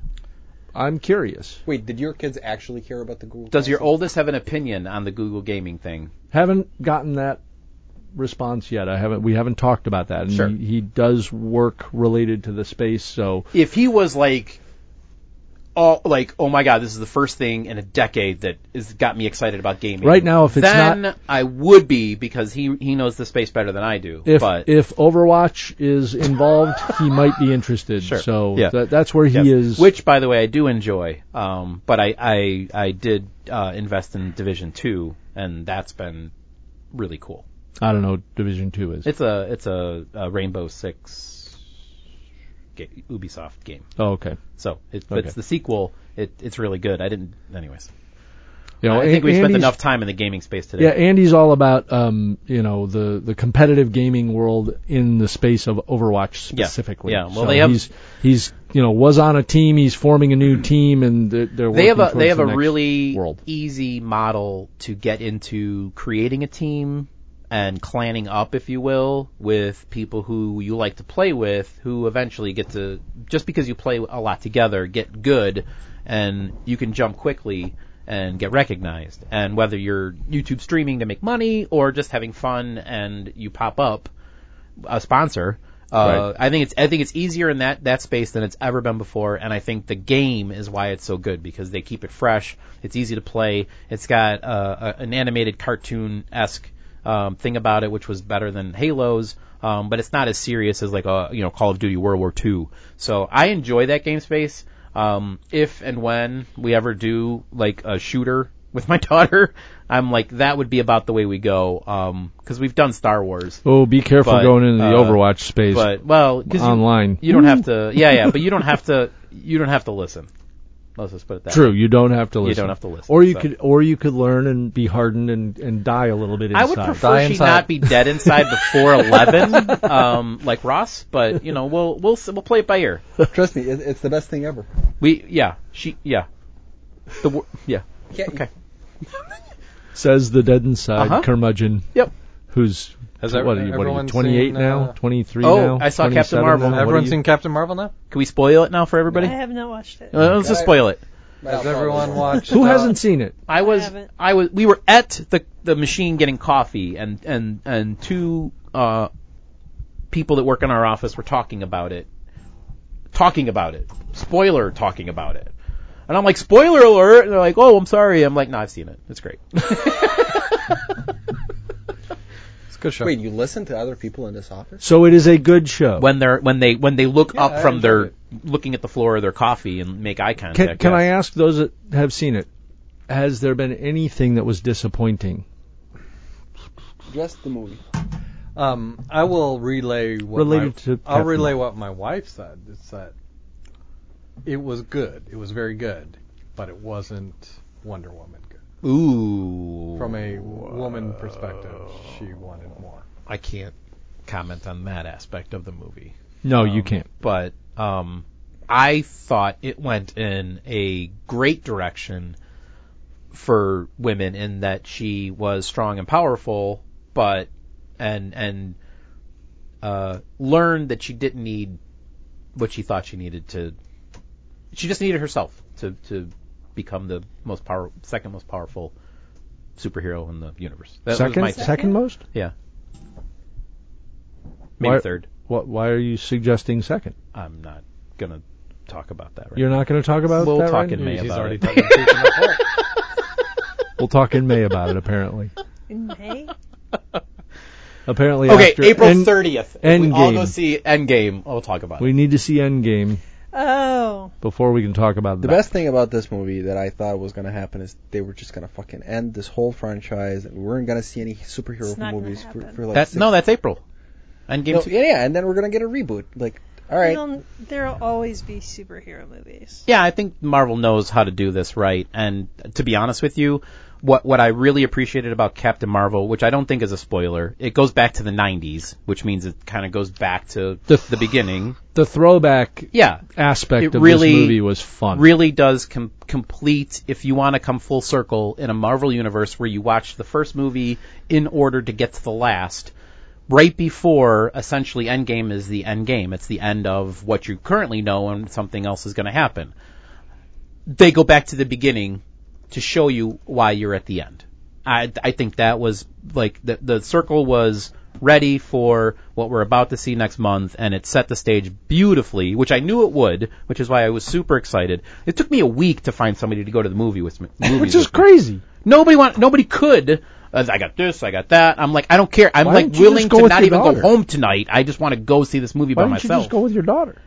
S1: I'm curious.
S5: Wait, did your kids actually care about the Google?
S3: Does your
S5: console?
S3: oldest have an opinion on the Google gaming thing?
S1: Haven't gotten that response yet. I haven't. We haven't talked about that. And
S3: Sure.
S1: he, he does work related to the space, so
S3: if he was like all like oh my god this is the first thing in a decade that has got me excited about gaming
S1: Right now, if it's
S3: then
S1: not-
S3: i would be because he he knows the space better than i do
S1: if
S3: but
S1: if Overwatch is involved, he might be interested.
S3: Sure.
S1: So
S3: Yeah.
S1: that, that's where he
S3: Yes.
S1: is.
S3: which by the way i do enjoy um but i i i did uh invest in division 2 and that's been really cool
S1: I don't know. Division two is.
S3: it's a it's a, a rainbow 6 ga- ubisoft game
S1: oh, okay.
S3: so it,
S1: Okay.
S3: it's the sequel it, it's really good i didn't anyways
S1: You know,
S3: I think we spent
S1: Andy's-
S3: enough time in the gaming space today.
S1: Yeah, Andy's all about um, you know the the competitive gaming world in the space of Overwatch
S3: Yeah,
S1: specifically.
S3: yeah. Well,
S1: So
S3: they have- Mm-hmm.
S1: he's he's you know was on a team. He's forming a new team, and they're, they're
S3: they have
S1: working
S3: a they
S1: towards
S3: have a
S1: the next
S3: really
S1: world.
S3: easy model to get into creating a team and clanning up, if you will, with people who you like to play with, who eventually get to just because you play a lot together, get good, and you can jump quickly and get recognized. And whether you're YouTube streaming to make money or just having fun and you pop up, a sponsor. Uh, I think it's I think it's easier in that that space than it's ever been before, and I think the game is why it's so good because they keep it fresh. It's easy to play. It's got uh, a, an animated cartoon esque um, thing about it, which was better than Halo's, um, but it's not as serious as like a you know Call of Duty World War II. So I enjoy that game space. Um, if and when we ever do like a shooter with my daughter, I'm like that would be about the way we go because we've done Star Wars
S1: Oh, be careful
S3: but,
S1: going into the
S3: uh,
S1: Overwatch space.
S3: but well, cause you-
S1: Online.
S3: you, don't have to. Yeah, yeah, but you don't have to. You don't have to listen. Let's just put it that.
S1: True, you don't have to listen.
S3: don't have to listen,
S1: Or you
S3: so.
S1: could, or you could learn and be hardened and, and die a little bit
S3: Way. I
S1: inside.
S3: would
S2: Die
S3: prefer she
S2: inside.
S3: not be dead inside before eleven, um, like Ross. But you know, we'll we'll s- we'll play it by ear.
S5: Trust me, it, it's the best thing ever.
S3: We yeah, she yeah, the wor- yeah.
S5: Can't-
S3: Okay.
S1: Says the dead inside
S3: Uh-huh.
S1: curmudgeon.
S3: Yep.
S1: Who's
S2: Has
S1: what?
S2: ev-
S1: Are you, what are you?
S2: everyone
S1: Twenty eight
S2: seen,
S1: now?
S2: uh,
S1: Twenty three
S3: Oh,
S1: now?
S3: I saw Captain
S1: 27
S3: Marvel.
S1: now? What are
S2: Everyone's
S1: you-
S2: seen Captain Marvel now?
S4: Eh.
S3: Can we spoil it now for everybody?
S4: I have not watched it.
S3: Uh, let's just spoil it.
S2: Has everyone watched?
S1: Who
S2: uh,
S1: hasn't seen it?
S3: I was I,
S4: haven't.
S3: was we were at the the machine getting coffee and and and two uh people that work in our office were talking about it talking about it spoiler talking about it and I'm like spoiler alert and they're like oh I'm sorry I'm like no I've seen it it's great
S2: It's a good show.
S5: Wait, you listen to other people in this office?
S1: So it is a good show.
S3: when they're when they when they look up
S2: I
S3: from their
S2: enjoyed
S3: looking at the floor of their coffee and make eye contact
S1: can can I
S3: yes.
S1: ask those that have seen it? Has there been anything that was disappointing?
S5: Just the movie.
S2: Um, I will relay what
S1: Related
S2: my,
S1: to
S2: I'll
S1: Captain.
S2: relay what my wife said. It's that it was good. It was very good, but it wasn't Wonder Woman good.
S3: ooh
S2: From a woman perspective, she wanted more.
S3: I can't comment on that aspect of the movie
S1: No, you can't.
S3: but um, I thought it went in a great direction for women in that she was strong and powerful, but and and uh, learned that she didn't need what she thought she needed to. She just needed herself to to become the most power second most powerful superhero in the universe. That
S1: second,
S3: was my
S1: second most.
S3: yeah. Maybe
S1: Why-
S3: third.
S1: What? Why are you suggesting second?
S3: I'm not gonna talk about that right
S1: You're not going to talk about
S3: We'll
S1: that
S3: talk
S1: right
S3: in
S1: now?
S3: May
S2: He's
S3: about
S2: already
S3: it.
S2: talking about Ethan Hawke.
S1: We'll talk in May about it. Apparently,
S4: In May?
S1: apparently.
S3: Okay,
S1: after
S3: April
S1: End-
S3: thirtieth. We
S1: Endgame.
S3: all go see Endgame. We'll talk about
S1: We
S3: it.
S1: need to see Endgame
S4: Oh.
S1: before we can talk about
S5: The
S1: that.
S5: best thing about this movie that I thought was going to happen is they were just going to fucking end this whole franchise and we weren't going to see any superhero
S4: It's not gonna
S5: movies for,
S4: happen.
S5: for like
S3: That,
S5: six-
S3: no, that's April. Endgame.
S5: No,
S3: two-
S5: yeah, yeah, and then we're going to get a reboot. Like, all right.
S4: There'll, there'll always be superhero movies.
S3: Yeah, I think Marvel knows how to do this right. And to be honest with you, what what I really appreciated about Captain Marvel, which I don't think is a spoiler, it goes back to the '90s, which means it kind of goes back to
S1: The-
S3: the, beginning.
S1: the throwback
S3: Yeah,
S1: aspect
S3: It
S1: of
S3: really-
S1: this movie was fun.
S3: really does com- complete if you want to come full circle in a Marvel universe where you watch the first movie in order to get to the last right before essentially Endgame is the end game. It's the end of what you currently know and something else is going to happen. They go back to the beginning to show you why you're at the end. I I think that was like the the circle was ready for what we're about to see next month and it set the stage beautifully, which I knew it would, which is why I was super excited. It took me a week to find somebody to go to the movie with me.
S1: which
S3: movies
S1: is
S3: with me.
S1: crazy.
S3: Nobody want nobody could. Uh, I got this, I got that. I'm like I don't care. I'm
S1: Why
S3: like
S1: don't you just
S3: willing
S1: go
S3: to
S1: with
S3: not
S1: your
S3: even
S1: daughter?
S3: go home tonight. I just want to go see this movie
S1: Why
S3: by
S1: don't you
S3: myself.
S1: just go with your daughter?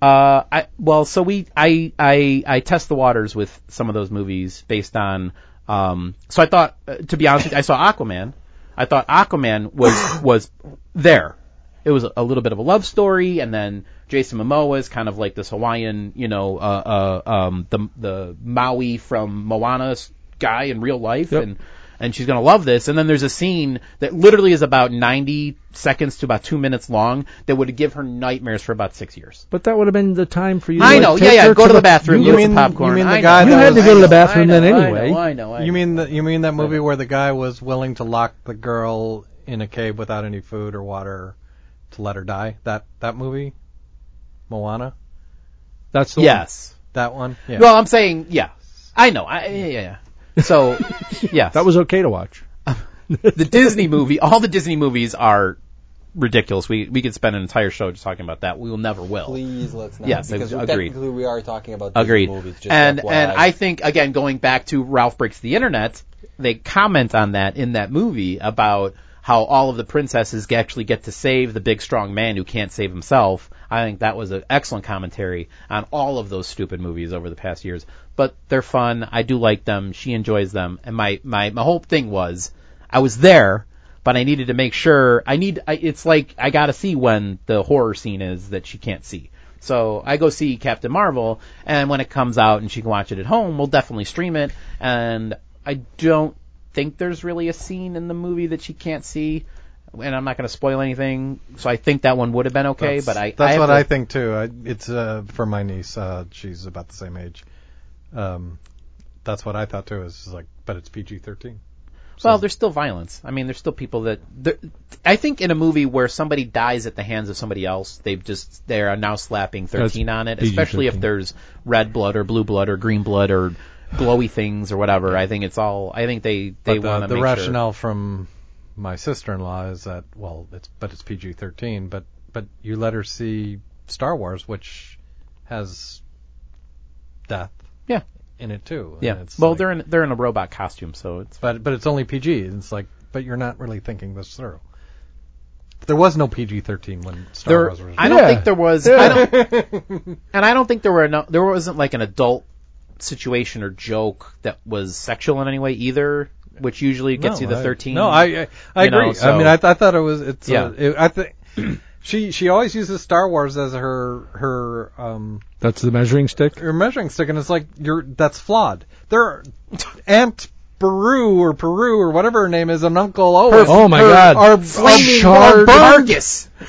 S3: Uh, I well, so we I I I test the waters with some of those movies based on. Um, so I thought, uh, to be honest, with you, I saw Aquaman. I thought Aquaman was was there. It was a little bit of a love story, and then Jason Momoa is kind of like this Hawaiian, you know, uh, uh, um, the the Maui from Moana guy in real life,
S1: Yep.
S3: and and she's gonna love this. And then there's a scene that literally is about 90 seconds to about two minutes long that would give her nightmares for about six years.
S1: But that would have been the time for you. To
S3: I
S1: like,
S3: know,
S1: take
S3: yeah, yeah,
S1: her
S3: go to the
S1: the
S3: bathroom,
S2: you
S3: get
S2: mean-
S3: some popcorn.
S2: you mean the
S3: I
S2: guy
S3: know, I
S1: that was-
S3: know,
S1: You had to go to the
S3: I know,
S1: bathroom
S3: I know,
S1: then
S3: I know,
S1: anyway.
S3: I know, I know.
S2: You mean that you mean that movie where the guy was willing to lock the girl in a cave without any food or water to let her die? That that movie, Moana.
S1: That's the one.
S3: Yes.
S2: That one. Yeah.
S3: Well, I'm saying, yeah. I know. I, yeah, yeah, yeah. So, yeah.
S1: That was okay to watch.
S3: the Disney movie. All the Disney movies are ridiculous. We we could spend an entire show just talking about that. We will never will.
S5: Please, let's not.
S3: Yes,
S5: because
S3: ag-
S5: we-
S3: agreed.
S5: technically we are talking about Disney
S3: Agreed.
S5: movies. Just
S3: and
S5: FYI.
S3: and I think again going back to Ralph breaks the internet, they comment on that in that movie about how all of the princesses g- actually get to save the big strong man who can't save himself. I think that was an excellent commentary on all of those stupid movies over the past years. But they're fun. I do like them. She enjoys them. And my my my whole thing was I was there but I needed to make sure I need I, it's like I got to see when the horror scene is that she can't see. So I go see Captain Marvel and when it comes out and she can watch it at home, we'll definitely stream it and I don't think there's really a scene in the movie that she can't see and I'm not going to spoil anything. So I think that one would have been okay,
S2: That's-
S3: but I
S2: that's
S3: I have
S2: what
S3: to-
S2: I think too. I, it's uh, for my niece. Uh, she's about the same age. Um, that's what I thought too. Is like, but it's PG thirteen.
S3: Well, there's still violence. I mean, there's still people that. there- I think in a movie where somebody dies at the hands of somebody else, they've just they are now slapping 13 on it, especially if
S1: PG-13.
S3: there's red blood or blue blood or green blood or glowy things or whatever. I think it's all. I think they they
S2: but the,
S3: want to
S2: the
S3: make
S2: rationale from my sister-in-law is that well, it's but it's PG-13, but but you let her see Star Wars, which has death
S3: Sure. Yeah,
S2: in it too. and
S3: yeah.
S2: it's
S3: well,
S2: like-
S3: they're in they're in a robot costume, so it's
S2: but but it's only PG. and It's like, but you're not really thinking this through. There was no PG-13 when Star
S3: there.
S2: Wars was.
S3: I
S2: released.
S3: don't think there was. I don't, and I don't think there were no, there wasn't like an adult situation or joke that was sexual in any way either, which usually gets you the
S2: I-
S3: 13.
S2: No, I I, I
S3: you know,
S2: agree. I
S3: so-
S2: mean, I, th- I thought it was. It's yeah.
S3: Yeah.
S2: I think she she always uses Star Wars as her her um
S1: That's the measuring stick.
S2: her measuring stick, and it's like you're that's flawed. There, are, Aunt Peru or Peru or whatever her name is, an Uncle Owen.
S1: Oh my God!
S2: Are
S1: Flaming
S2: flaming are burned,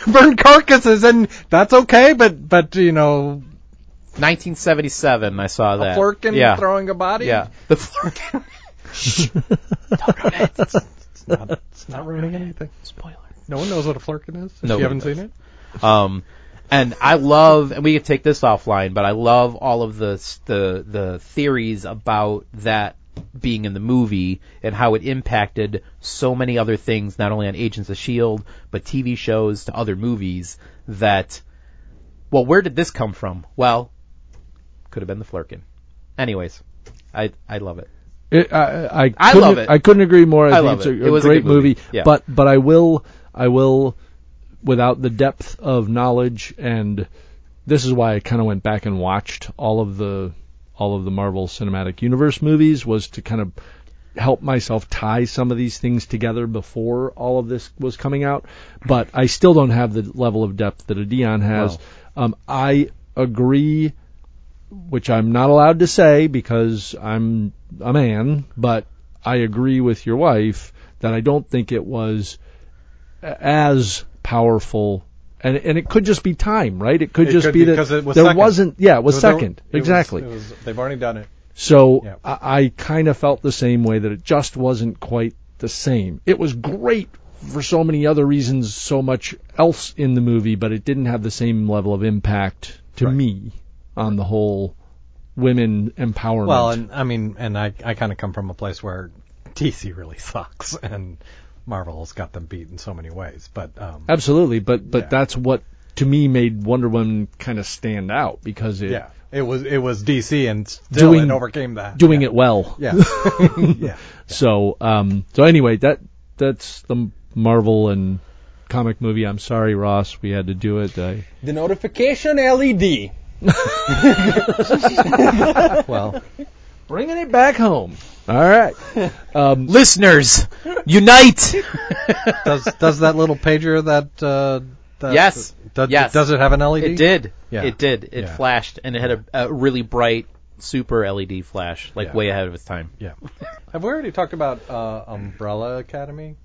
S2: burned carcasses, and that's okay. But but you know,
S3: 1977, I saw that.
S2: Flurkin
S3: yeah.
S2: throwing a body.
S3: Yeah. The Flurkin.
S2: it's not, it's not ruining anything. Spoiler. No one knows what a Flurkin is. If
S3: No
S2: you
S3: one
S2: haven't seen it.
S3: Um, and I love, and we could take this offline, but I love all of the s- the the theories about that being in the movie and how it impacted so many other things, not only on Agents of Shield, E but TV shows to other movies. That, well, where did this come from? Well, could have been the Flurkin. Anyways, I I love it.
S1: It, I, I,
S3: I
S1: couldn't-
S3: love it.
S1: I couldn't agree more. I, think
S3: love
S1: it's
S3: it.
S1: A,
S3: It was a
S1: great
S3: good movie. Yeah.
S1: But but I will I will without the depth of knowledge and this is why I kind of went back and watched all of the all of the Marvel Cinematic Universe movies was to kind of help myself tie some of these things together before all of this was coming out. But I still don't have the level of depth that a Dion has. Um, I agree which I'm not allowed to say because I'm a man, but I agree with your wife that I don't think it was a- as powerful. And, and it could just be time, right? It could
S2: It
S1: just
S2: could
S1: be that
S2: because it was
S1: there
S2: second.
S1: wasn't. Yeah, it was
S2: There-
S1: second.
S2: it was-
S1: exactly.
S2: it was- they've already done it.
S1: So
S2: Yeah.
S1: I, I kind of felt the same way that it just wasn't quite the same. It was great for so many other reasons, so much else in the movie, but it didn't have the same level of impact to me on the whole women empowerment.
S2: Well, and I mean, and I, I kind of come from a place where DC really sucks, and Marvel's got them beat in so many ways. But um,
S1: absolutely, but but
S2: Yeah.
S1: that's what to me made Wonder Woman kind of stand out because it
S2: yeah, it was it was DC, and still
S1: Doing-
S2: it overcame that.
S1: doing
S2: yeah.
S1: it well.
S2: Yeah, yeah.
S1: So um so anyway, that that's the Marvel and comic movie. I'm sorry, Ross, we had to do it. I,
S5: The notification LED.
S2: Well,
S1: bringing it back home. All right. Um,
S3: Listeners, unite!
S2: does does that little pager that uh, that
S3: Yes.
S2: does,
S3: Yes.
S2: does it have an E LED?
S3: It did.
S2: Yeah.
S3: It did. It
S2: Yeah.
S3: flashed, and it had a, a really bright super LED flash, like
S2: Yeah.
S3: way ahead of its time.
S2: Yeah. Have we already talked about uh, Umbrella Academy?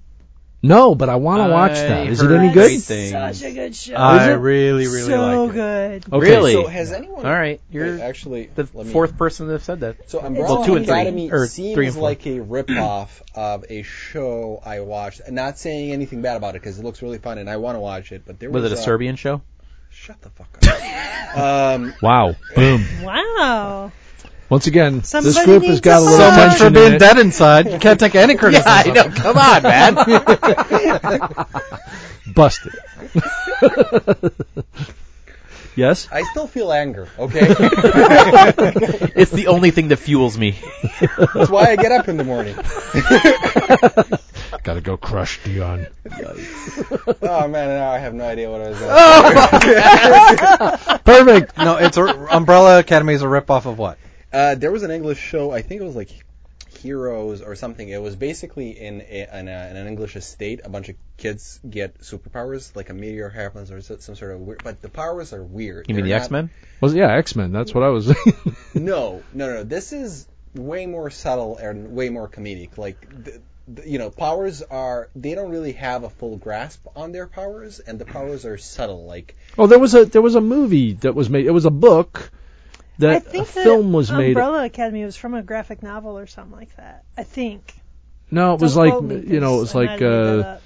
S1: No, but I want to watch
S3: I
S1: that. Is it
S3: heard
S1: any
S3: great
S1: good?
S3: things.
S4: Such a good show.
S2: I really really
S4: so
S2: like it.
S4: good.
S1: Okay.
S3: Really?
S5: So has anyone?
S3: All right,
S5: Wait,
S3: you're
S5: actually
S3: the
S5: let me-
S3: fourth person to have said that.
S5: So Umbrella
S3: Well, two and three,
S5: Academy
S3: or
S5: seems
S3: three and four.
S5: like a ripoff of a show I watched. And not saying anything bad about it because it looks really fun and I want to watch it. But there
S3: Was
S5: was,
S3: it a Serbian show?
S5: Shut the fuck up. um,
S1: Wow. Boom.
S4: Wow.
S1: Once again, this
S4: Somebody
S1: group has
S4: needs
S1: got a
S4: a
S1: little
S4: phone.
S1: tension in it.
S2: inside. You can't take any criticism.
S3: Come on, man.
S1: Busted. yes?
S5: I still feel anger. Okay,
S3: it's the only thing that fuels me.
S5: that's why I get up in the morning.
S1: Gotta go crush Dion.
S5: Oh man, now I have no idea what I was. Doing.
S1: Perfect.
S2: no, it's a, Umbrella Academy is a ripoff of what?
S5: Uh, there was an English show. I think it was like Heroes or something. It was basically in a, in, a, in an English estate. A bunch of kids get superpowers, like a meteor happens or so- some sort of weird. But the powers are weird.
S3: You mean the
S5: They're not-
S3: X Men?
S1: Was yeah, X Men. That's what I was.
S5: No, no, no. This is way more subtle and way more comedic. Like, the, the, you know, powers are they don't really have a full grasp on their powers, and the powers are subtle. Like,
S1: oh, there was a there was a movie that was made. It was a book that
S4: I think
S1: a film was
S4: the
S1: made.
S4: Umbrella Academy was from a graphic novel or something like that. I think.
S1: No, it was
S4: Don't
S1: like
S4: quote me,
S1: you know, it
S4: 'cause
S1: was
S4: I'm
S1: like
S4: not gonna make that
S1: uh,
S4: up.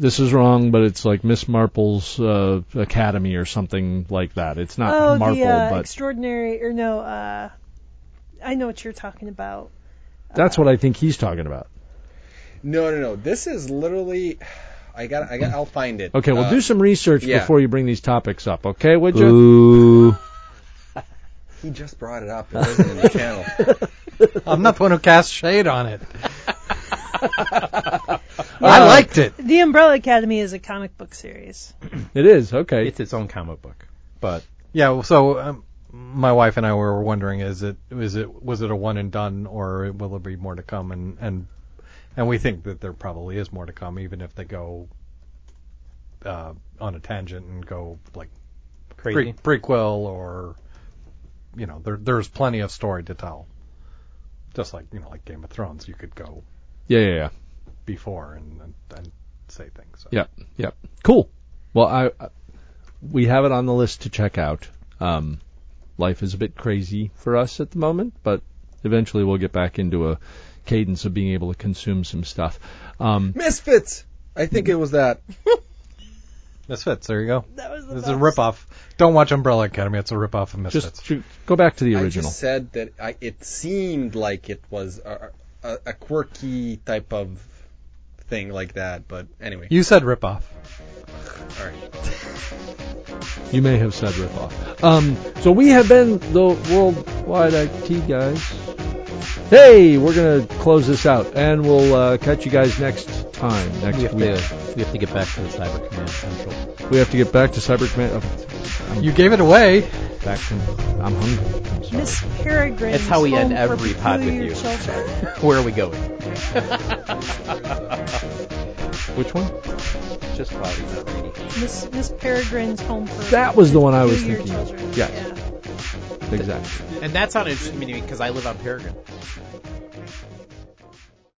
S1: this is wrong, but it's like Miss Marple's uh, Academy or something like that. It's not
S4: oh,
S1: Marple,
S4: the uh,
S1: but
S4: extraordinary or no, uh, I know what you're talking about.
S1: that's what I think he's talking about.
S5: No, no, no. This is literally. I got. I got. I'll find it.
S1: Okay, well,
S5: Uh,
S1: do some research
S5: yeah.
S1: before you bring these topics up, okay? Would you?
S3: Ooh.
S5: He just brought it up. It wasn't in the channel.
S2: I'm not the one who cast shade on it. I liked it.
S4: The Umbrella Academy is a comic book series.
S1: It is okay.
S3: It's its own comic book. But
S2: Yeah. well, So um, my wife and I were wondering: is it is it was it a one and done, or will there be more to come? And and and we think that there probably is more to come, even if they go uh, on a tangent and go like
S3: crazy.
S2: Pre- prequel or you know there there's plenty of story to tell just like you know like game of thrones you could go
S1: yeah, yeah, yeah.
S2: before and and, and say things so.
S1: Yep, yep. Cool. Well, I, I we have it on the list to check out. Um, life is a bit crazy for us at the moment, but eventually we'll get back into a cadence of being able to consume some stuff. Um,
S5: Misfits. I think it was that.
S2: misfits there you go
S4: That was the
S2: it's
S4: best.
S2: a rip off don't watch umbrella academy it's a rip off of misfits
S1: just to go back to the
S5: I
S1: original.
S5: just said that. I, it seemed like it was a, a, a quirky type of thing like that. But anyway.
S2: you said rip off
S5: All right.
S1: You may have said ripoff. Um, so we have been the worldwide IT guys. Hey, we're gonna close this out, and we'll uh, catch you guys next time next
S3: We have,
S1: week.
S3: to, we have to get back to the Cyber Command Central.
S1: We have to get back to Cyber Command. oh, I'm
S2: you gave it away
S1: back to. I'm hungry. I'm sorry.
S4: Miss Peregrine.
S3: It's how we end
S4: Home for
S3: every pod with
S4: Peculiar
S3: you.
S4: Children.
S3: Where are we going?
S1: Which one?
S3: Just cloudy, not rainy.
S4: Miss, Miss Peregrine's Home for
S1: That was the one I was
S4: Peculiar
S1: thinking of.
S4: Children.
S1: Yes. Exactly.
S3: And that sounded interesting to me because I live on Peregrine.